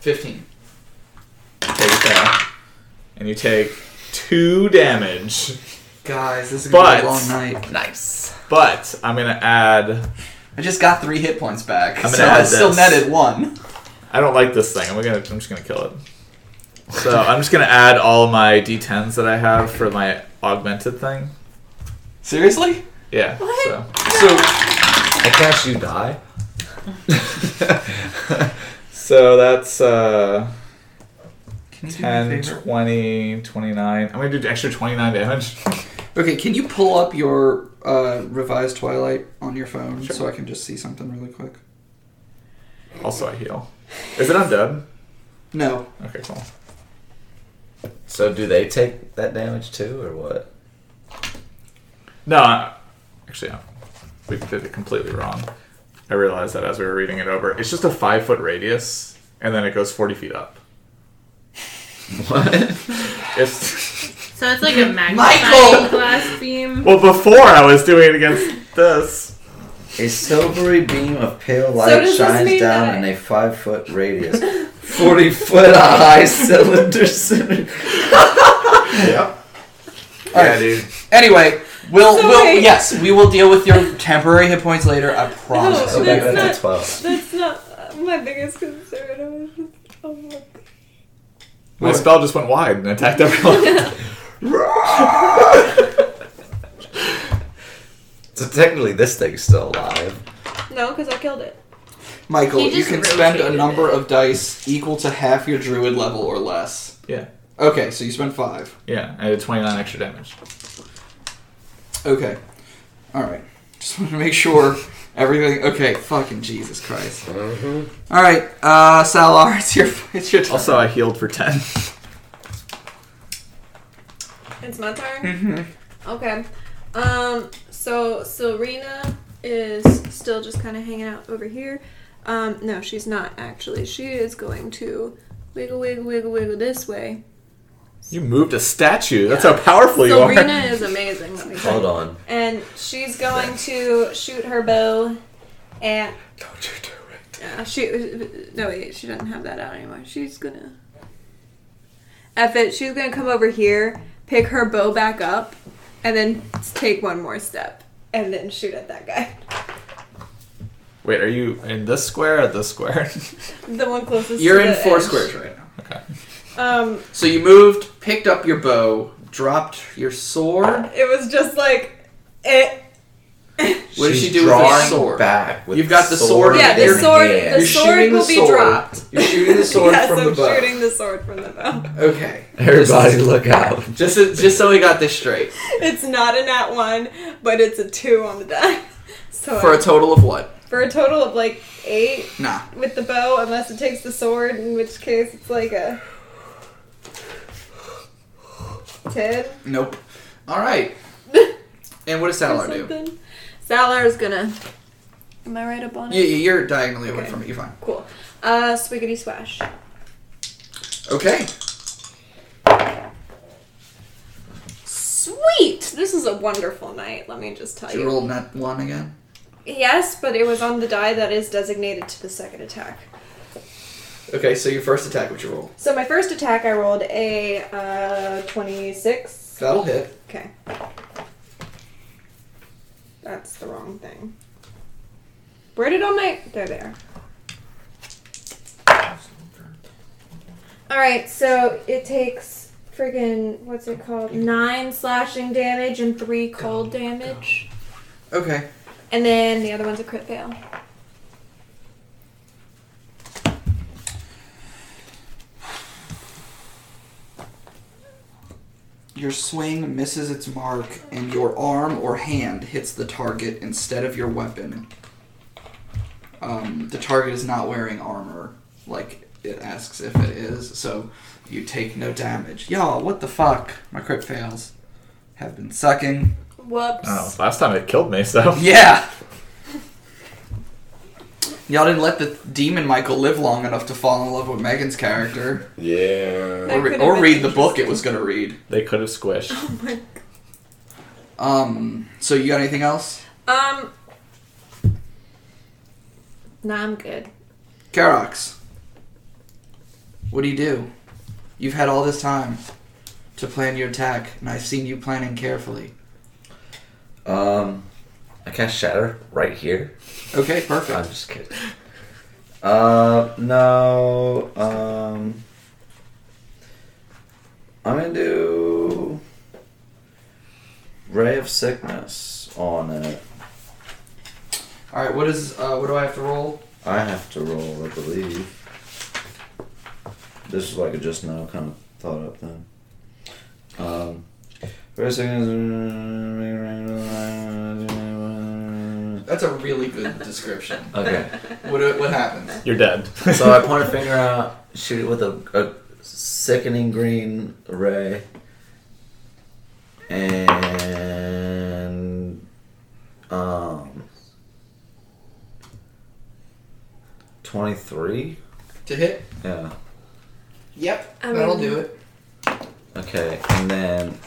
fifteen. There you go. And you take two damage, Guys, this is gonna be a But- long night. Nice. but I'm gonna add. I just got three hit points back, gonna so I add still this. netted one. I don't like this thing. I'm gonna. I'm just gonna kill it. So I'm just gonna add all my d10s that I have for my augmented thing. Seriously? Yeah. So So I cast you die? so that's uh, can you do me a 10, favor? 20, 29. I'm gonna do extra 29 damage. Okay, can you pull up your uh, revised Twilight on your phone Sure. so I can just see something really quick? Also, I heal. Is it undead? No. Okay, cool. So do they take that damage too, or [LAUGHS] what? No, I- actually, no. we did it completely wrong. I realized that as we were reading it over. It's just a five foot radius, and then it goes forty feet up. What? It's So it's like a Mm-hmm. Michael! magnifying glass beam. well. Before I was doing it against this. A silvery beam of pale light does this shines mean down that- in a five foot [LAUGHS] radius. 40 foot high cylinder [LAUGHS] center. Yep. Alright. Yeah, dude. Anyway, we'll So we'll wait. yes, we will deal with your temporary hit points later. I promise. No, So okay? Oh, back that's up not- to 12. That's not uh, my biggest concern. I was [LAUGHS] just- oh my- My spell just went wide and [LAUGHS] attacked everyone. So technically, this thing's still alive. No, because I killed it. Michael, He you just can spend a rotated number it. of dice equal to half your druid level or less. Yeah. Okay, so you spend five. Yeah, I did 29 extra damage. Okay. Alright. Just wanted to make sure everything. Okay, fucking Jesus Christ. Mm-hmm. Alright, uh, Salar, [LAUGHS] it's your, it's your turn. Also, I healed for 10. It's my turn. Okay. Um. So Silrina is still just kind of hanging out over here. Um. No, she's not actually. She is going to wiggle, wiggle, wiggle, wiggle this way. You moved a statue. That's how powerful you are. Silrina is amazing. Let me tell you. Hold on. And she's going to shoot her bow at. Don't you do it. Uh, she no wait, she doesn't have that out anymore. She's gonna. F it. She's gonna come over here, pick her bow back up, and then take one more step, and then shoot at that guy, Wait, are you in this square or this square? the one closest. [LAUGHS] You're to in the four edge. squares right now. okay. Um, So you moved, picked up your bow, dropped your sword. it was just like, it. What did She's she do with drawing her sword? Back with You've got the sword Yeah, in the your sword. hand. The You're sword shooting the will be sword. dropped. You're shooting [LAUGHS] the sword yes, from I'm the bow. shooting the sword from the bow. Okay. Everybody, Just- look out! Just, just so we got this straight. It's not an at one, but it's a two on the die. So For a total of what? for a total of like eight. Nah. with the bow unless it takes the sword, in which case it's like a ten Nope. All right. And what does or Salar do? something. Salar's gonna. Am I right up on You, you're diagonally away Okay. from it. You're fine. Cool. Uh, swiggity swash. Okay. Sweet. This is a wonderful night. Let me just tell Did you you. roll net one again? Yes, but it was on the die that is designated to the second attack. Okay, so your first attack, what you roll? So my first attack, I rolled a uh, twenty-six. That'll hit. Okay. That's the wrong thing. Where did all my. They're there. Alright, so it takes friggin'. What's it called? Nine slashing damage and three cold damage. Okay. And then the other one's a crit fail. Your swing misses its mark, and your arm or hand hits the target instead of your weapon. Um, the target is not wearing armor, like it asks if it is, so you take no damage. Y'all, what the fuck? My crit fails. Have been sucking. Whoops. Oh, last time it killed me, so. Yeah. Y'all didn't let the demon Michael live long enough to fall in love with Megan's character, Yeah. That or, could've or been read the book it was gonna read. They could have squished. Um. So you got anything else, Um. Nah, I'm good. Karox? What do you do? You've had all this time to plan your attack, and I've seen you planning carefully. Um, I cast Shatter right here. Okay, I'm perfect. just kidding. Uh, no. Um, I'm gonna do Ray of Sickness on it. All right. What is? Uh, what do I have to roll? I have to roll, I believe. This is like a just now kind of thought up thing. Um, Ray of Sickness. That's a really good [LAUGHS] description. [LAUGHS] Okay. What uh, What happens? You're dead. so [LAUGHS] I point a finger out, shoot it with a, a sickening green ray, and um, twenty three. To hit? Yeah. Yep. I that'll mean- do it. Okay, and then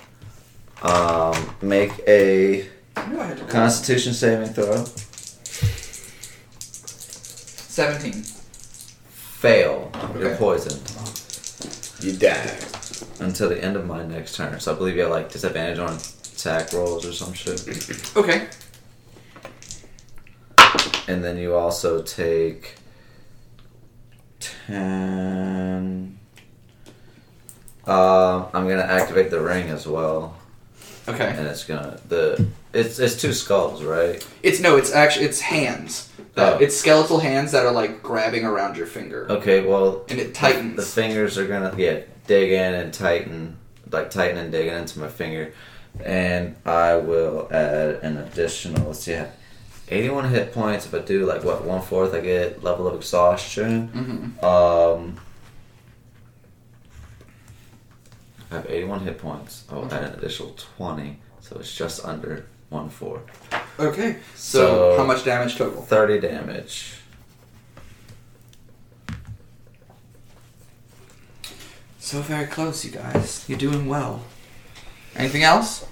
um, make a I knew I had to roll. Constitution saving throw. Seventeen. Fail. You're Okay. poisoned You die. until the end of my next turn. So I believe you have like disadvantage on attack rolls or some shit. Okay. And then you also take 10. Uh, I'm going to Um, activate the ring as well. Okay. And it's going to. The It's it's two skulls, right? It's no, it's actually it's hands. Uh, Oh. It's skeletal hands that are like grabbing around your finger, Okay, well and it the tightens. fingers are gonna yeah dig in and tighten, like tighten and digging into my finger, and I will add an additional. Let's see, eighty-one hit points. If I do like what one fourth, I get level of exhaustion. hmm Um, I have 81 hit points. I will add an additional 20, so it's just under 1 4. Okay, so So- how much damage total? 30 damage. So very close, you guys. You're doing well. Anything else?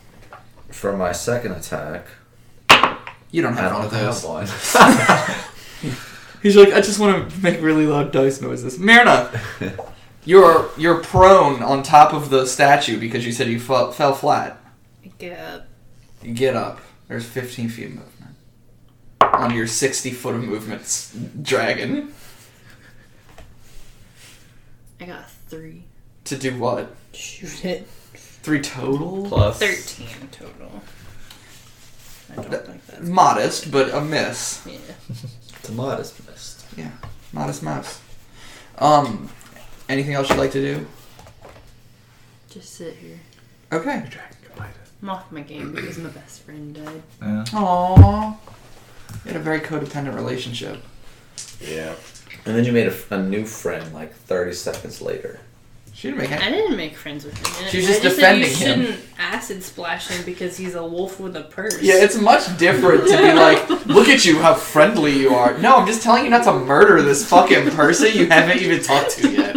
For my second attack, You don't I have one don't of those. have one. He's like, I just want to make really loud dice noises. Myrna, [LAUGHS] you're you're prone on top of the statue because you said you fell, fell flat. Get up. You get up. There's 15 feet of movement on your 60 foot of movement, s- dragon. I got a three. To do what? Shoot it. Three total. Plus. Thirteen total. I don't think that's Modest, but a miss. yeah. It's a modest mist. Modest mouse. Um, anything else you'd like to do? Just sit here. Okay. I'm off my game because my best friend died. Yeah. Aww. You had a very codependent relationship. Yeah. And then you made a, f- a new friend like 30 seconds later. She didn't make I it. didn't make friends with him. She was I just defending said him. you shouldn't acid splash him because he's a wolf with a purse. Yeah, it's much different to be [LAUGHS] like, look at you, how friendly you are. No, I'm just telling you not to murder this fucking person you haven't even talked to yet.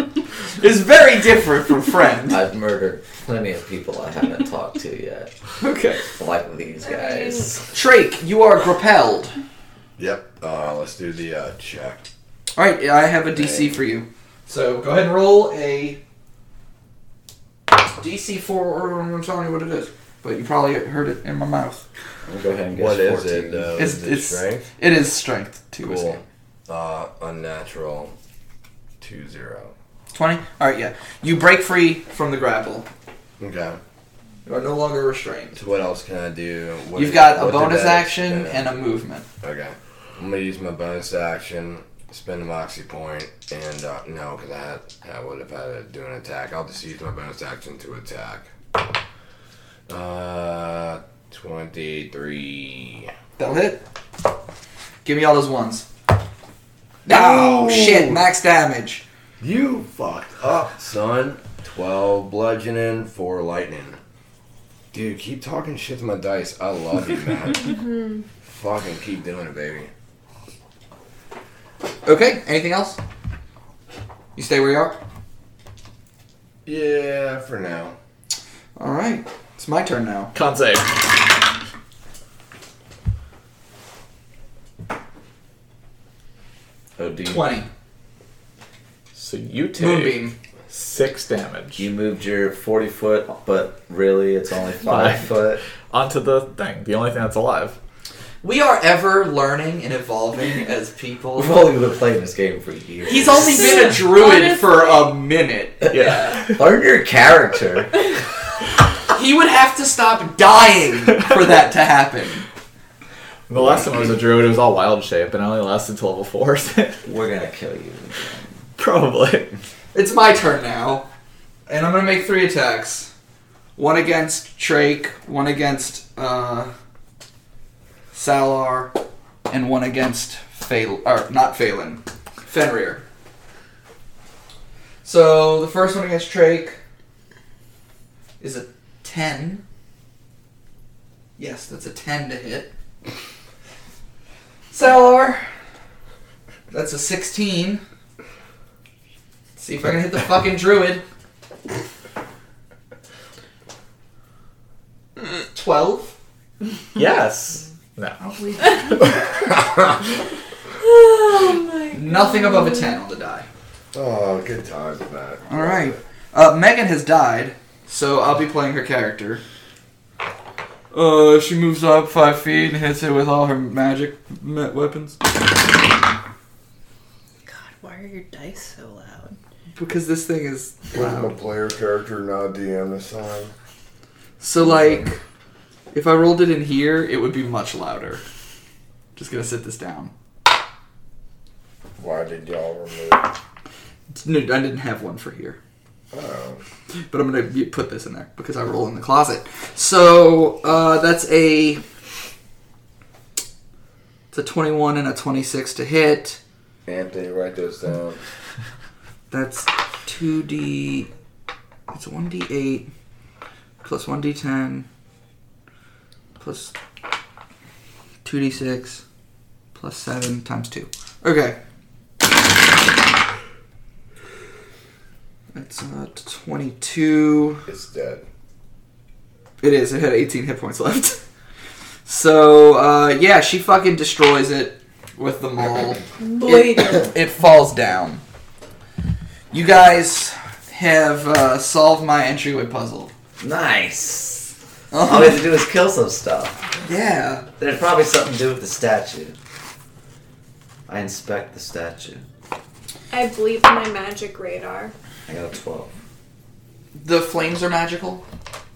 It's very different from friend. I've murdered plenty of people I haven't talked to yet, Okay. like these guys. Trake, you are grappled. Yep. Uh, let's do the uh, check. All right, I have a DC for you. So go ahead and roll a DC four. Or I'm not telling you what it is, but you probably heard it in my mouth. I'm gonna go ahead and guess What is 14. it? Uh, It's- is it it's- strength? It is strength two. Cool. Uh, unnatural. Two zero. Twenty. All right, yeah. You break free from the grapple. Okay. You are no longer restrained. So what else can I do? What You've is- got a what did bonus I action and spend? a movement. Okay. I'm gonna use my bonus action, spend a moxie point, and uh, no, because I had I would have had to do an attack. I'll just use my bonus action to attack. Uh, twenty three. That'll hit. Give me all those ones. Oh No! shit! Max damage. You fucked up, son. Twelve bludgeoning, four lightning. Dude, keep talking shit to my dice. I love you, [LAUGHS] man. Mm-hmm. Fucking keep doing it, baby. Okay. Anything else? You stay where you are. Yeah, for now. All right. It's my turn now. Con save. Oh, do you, 20. So you take Moonbeam. six damage you moved your 40 foot, but really it's only 5 Five. foot. onto the thing. The only thing that's alive. We are ever learning and evolving as people. [LAUGHS] We've only been playing this game for years. He's only been a druid for a minute. Yeah. learn your character. He would have to stop dying for that to happen. the last time I was a druid, it was all wild shape, and I only lasted to level four. We're gonna kill you. [LAUGHS] Probably. It's my turn now. And I'm going to make three attacks one against Trake, one against uh, Salar, and one against Phael Or, not Phelan. Fenrir. So the first one against Trake is a 10. Yes, that's a 10 to hit. Salar. That's a 16. See if I can hit the fucking druid. 12. Yes. No. Nothing above a 10 on the die. Oh, good times with that. All right. Uh, Megan has died, so I'll be playing her character. Uh, she moves up five feet and hits it with all her magic me- weapons. God, why are your dice so loud? Because this thing is I'm a player character, not DM this time. so like If I rolled it in here, it would be much louder. Just gonna sit this down. Why did y'all remove? It's new- I didn't have one for here, Oh, but I'm gonna y- put this in there because I roll in the closet. So uh, that's a it's a 21 and a 26 to hit. Anthony, write those down. That's 2d. It's 1d8 plus 1d10 plus 2d6 plus 7 times 2. Okay. That's uh, 22. It's dead. It is. It had 18 hit points left. [LAUGHS] so, uh, yeah, she fucking destroys it with the maul. It, it falls down. You guys have uh, solved my entryway puzzle. Nice. All we have Oh, to do is kill some stuff. yeah. There's probably something to do with the statue. I inspect the statue. I bleep my magic radar. I got a 12. The flames are magical,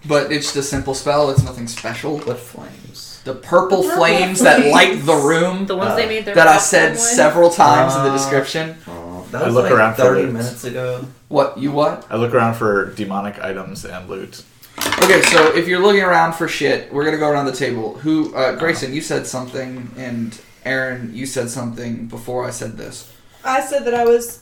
but it's just a simple spell. It's nothing special. What flames? The purple, flames, that light the room The ones Uh, they made their that I first said one with? several times in the Uh, description. Oh, that I was look like around for 30 it. minutes ago. What? You what? I look around for demonic items and loot. Okay, so if you're looking around for shit, we're gonna go around the table. Who, uh, Grayson, you said something, and Aaron, you said something before I said this. I said that I was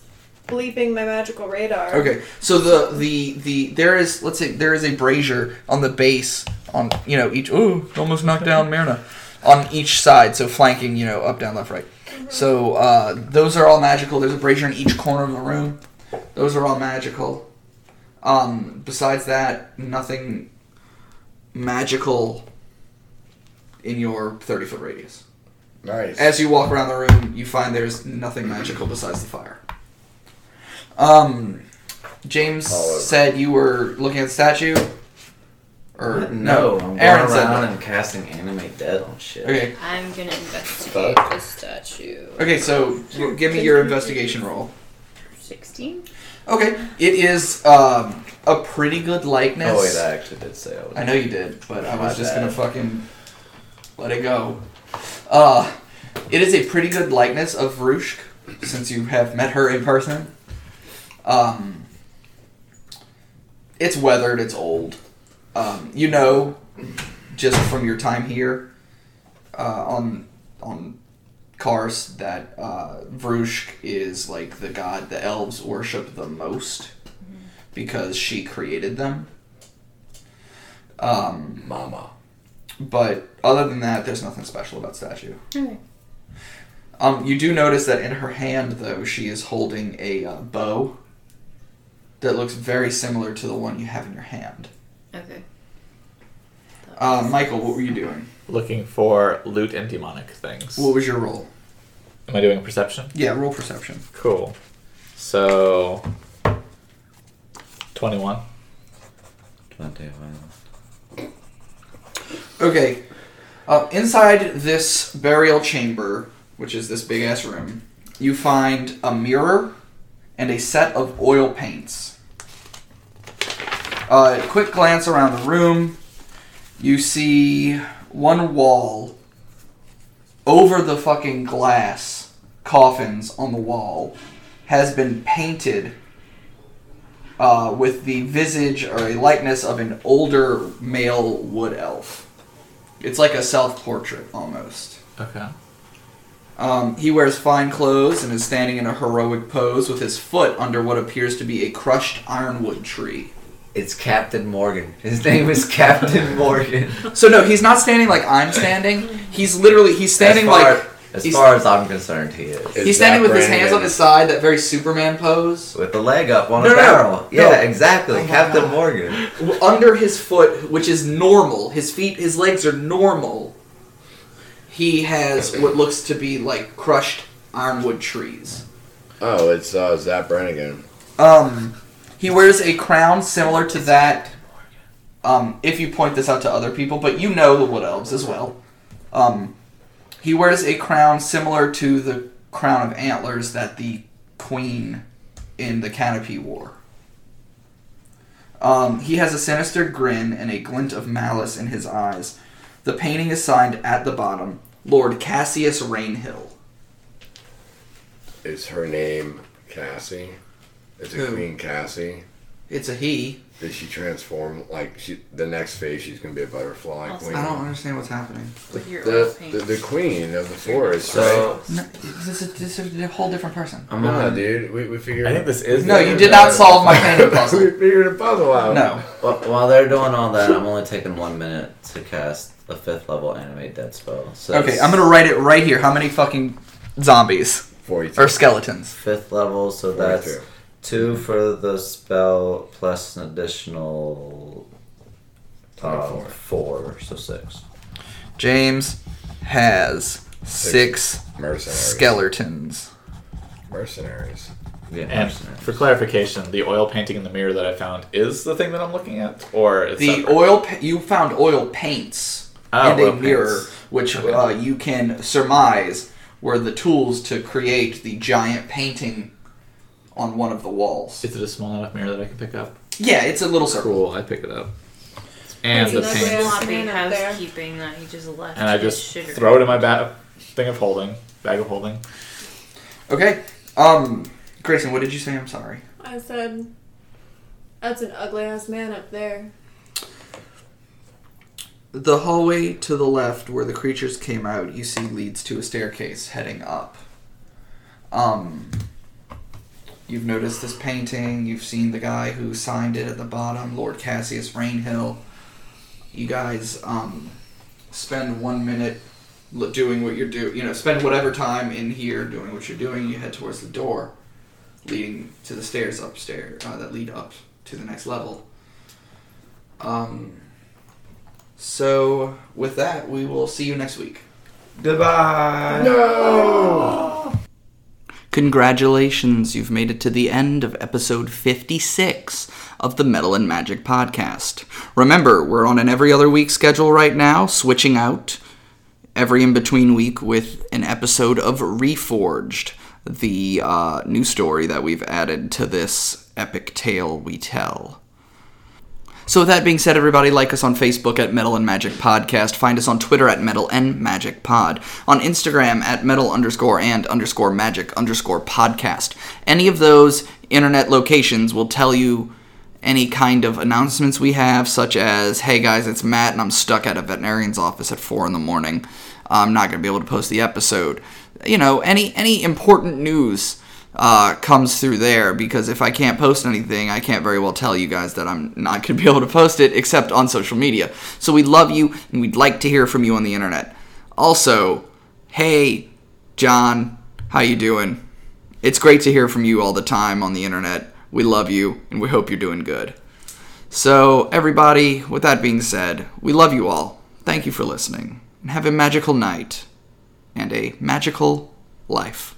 bleeping my magical radar. Okay, so the the the there is let's say there is a brazier on the base on you know each ooh almost knocked down Myrna on each side, so flanking you know up down left right. Mm-hmm. So uh, those are all magical. There's a brazier in each corner of the room. Those are all magical. Um, besides that, nothing magical in your 30 foot radius. Nice. As you walk around the room, you find there's nothing magical besides the fire. Um, James All Oh, over. said you were looking at the statue, or no? I'm going Aaron said around that. and casting anime dead on shit. Okay, I'm gonna investigate Fuck. the statue. okay. So w- give me your investigation roll. 16? Okay, it is um, a pretty good likeness. Oh, wait, I actually did say I was. I know you did, but I My was just bad. gonna fucking let it go. Uh, it is a pretty good likeness of Vrushk, since you have met her in person. Um, it's weathered, it's old. Um, you know, just from your time here uh, on on Kars, that uh, Vrushk is like the god the elves worship the most Mm-hmm. because she created them. Um, Mama. but other than that, there's nothing special about statue. Okay. Um, you do notice that in her hand, though, she is holding a uh, bow that looks very similar to the one you have in your hand. Okay. Uh, Michael, what were you doing? Looking for loot and demonic things. What was your role? Am I doing perception? Yeah, role perception. Cool. So, 21. 21. Okay. Uh, inside this burial chamber, which is this big ass room, you find a mirror and a set of oil paints. Uh, quick glance around the room, you see one wall over the fucking glass coffins on the wall has been painted uh, with the visage or a likeness of an older male wood elf. It's like a self portrait almost. Okay. Um, he wears fine clothes and is standing in a heroic pose with his foot under what appears to be a crushed ironwood tree. It's Captain Morgan. His name is [LAUGHS] Captain Morgan. So no, he's not standing like I'm standing. He's literally he's standing as far, like as he's- far as I'm concerned, he is he's Is standing that with his hands Brandon? on his side, that very Superman pose. with the leg up on No, a no, no. barrel. Yeah, No. exactly, Oh my Captain God. Morgan. W- Under his foot, which is normal, his feet, his legs are normal. He has what looks to be like crushed ironwood trees. Oh, it's uh, Zap Brannigan. Um, he wears a crown similar to that. Um, if you point this out to other people, but you know the wood elves as well. Um, he wears a crown similar to the crown of antlers that the queen in the canopy wore. Um, he has a sinister grin and a glint of malice in his eyes. The painting is signed at the bottom Lord Cassius Rainhill. Is her name Cassie? Is it Who? Queen Cassie? It's a he. Did she transform? Like she, the next phase, she's gonna be a butterfly Also- queen. I don't understand what's happening. With your oil The, paint. the, the queen of the forest, So- right? No, this, is, this is a whole different person. I'm No, on. dude, we, we figured. I think [LAUGHS] this is. No, the- you did not solve my painting [LAUGHS] we puzzle. figured a puzzle Oh, out. No. Wh- While they're doing all that, I'm only taking one minute to cast a fifth level animate dead spell. So Okay, it's I'm gonna write it right here. How many fucking zombies Forty-two. or skeletons? fifth level, so that's Forty-two. two for the spell plus an additional uh, Twenty-four. four, so six. James has six mercenaries. skeletons. mercenaries. Yeah, And mercenary. for clarification, the oil painting in the mirror that I found is the thing that I'm looking at, or is The oil pa- you found oil paints Oh, and oil a paints. mirror, which Okay. uh, you can surmise were the tools to create the giant painting on one of the walls. Is it a small enough mirror that I can pick up? Yeah, it's a little circle. Cool, I pick it up. And the That's That's Paint. paint, sloppy Man up there. housekeeping that he just left. and I his just shitter. throw it in my ba- thing of holding, bag of holding. Okay, um, Grayson, what did you say? I'm sorry. I said, that's an ugly ass man up there. The hallway to the left where the creatures came out, you see leads to a staircase heading up. Um you've noticed this painting, you've seen the guy who signed it at the bottom, Lord Cassius Rainhill. You guys um spend 1 minute l- doing what you're doing, you know, spend whatever time in here doing what you're doing, you head towards the door leading to the stairs upstairs uh, that lead up to the next level. Um so, with that, we will see you next week. Goodbye. Congratulations, you've made it to the end of episode 56 of the Metal and Magic podcast. Remember, we're on an every other week schedule right now, switching out every in between week with an episode of Reforged, the uh, new story that we've added to this epic tale we tell. So with that being said, everybody, like us on Facebook at Metal and Magic Podcast. Find us on Twitter at Metal and Magic Pod. On Instagram at Metal underscore and underscore Magic underscore Podcast. Any of those internet locations will tell you any kind of announcements we have, such as, "Hey guys, it's Matt, and I'm stuck at a veterinarian's office at four in the morning. I'm not going to be able to post the episode." You know, any any important news uh, comes through there because if I can't post anything, I can't very well tell you guys that I'm not going to [LAUGHS] be able to post it except on social media. So we love you and we'd like to hear from you on the internet. Also, hey, John, how you doing? It's great to hear from you all the time on the internet. We love you and we hope you're doing good. So, everybody, with that being said, we love you all. Thank you for listening and have a magical night and a magical life.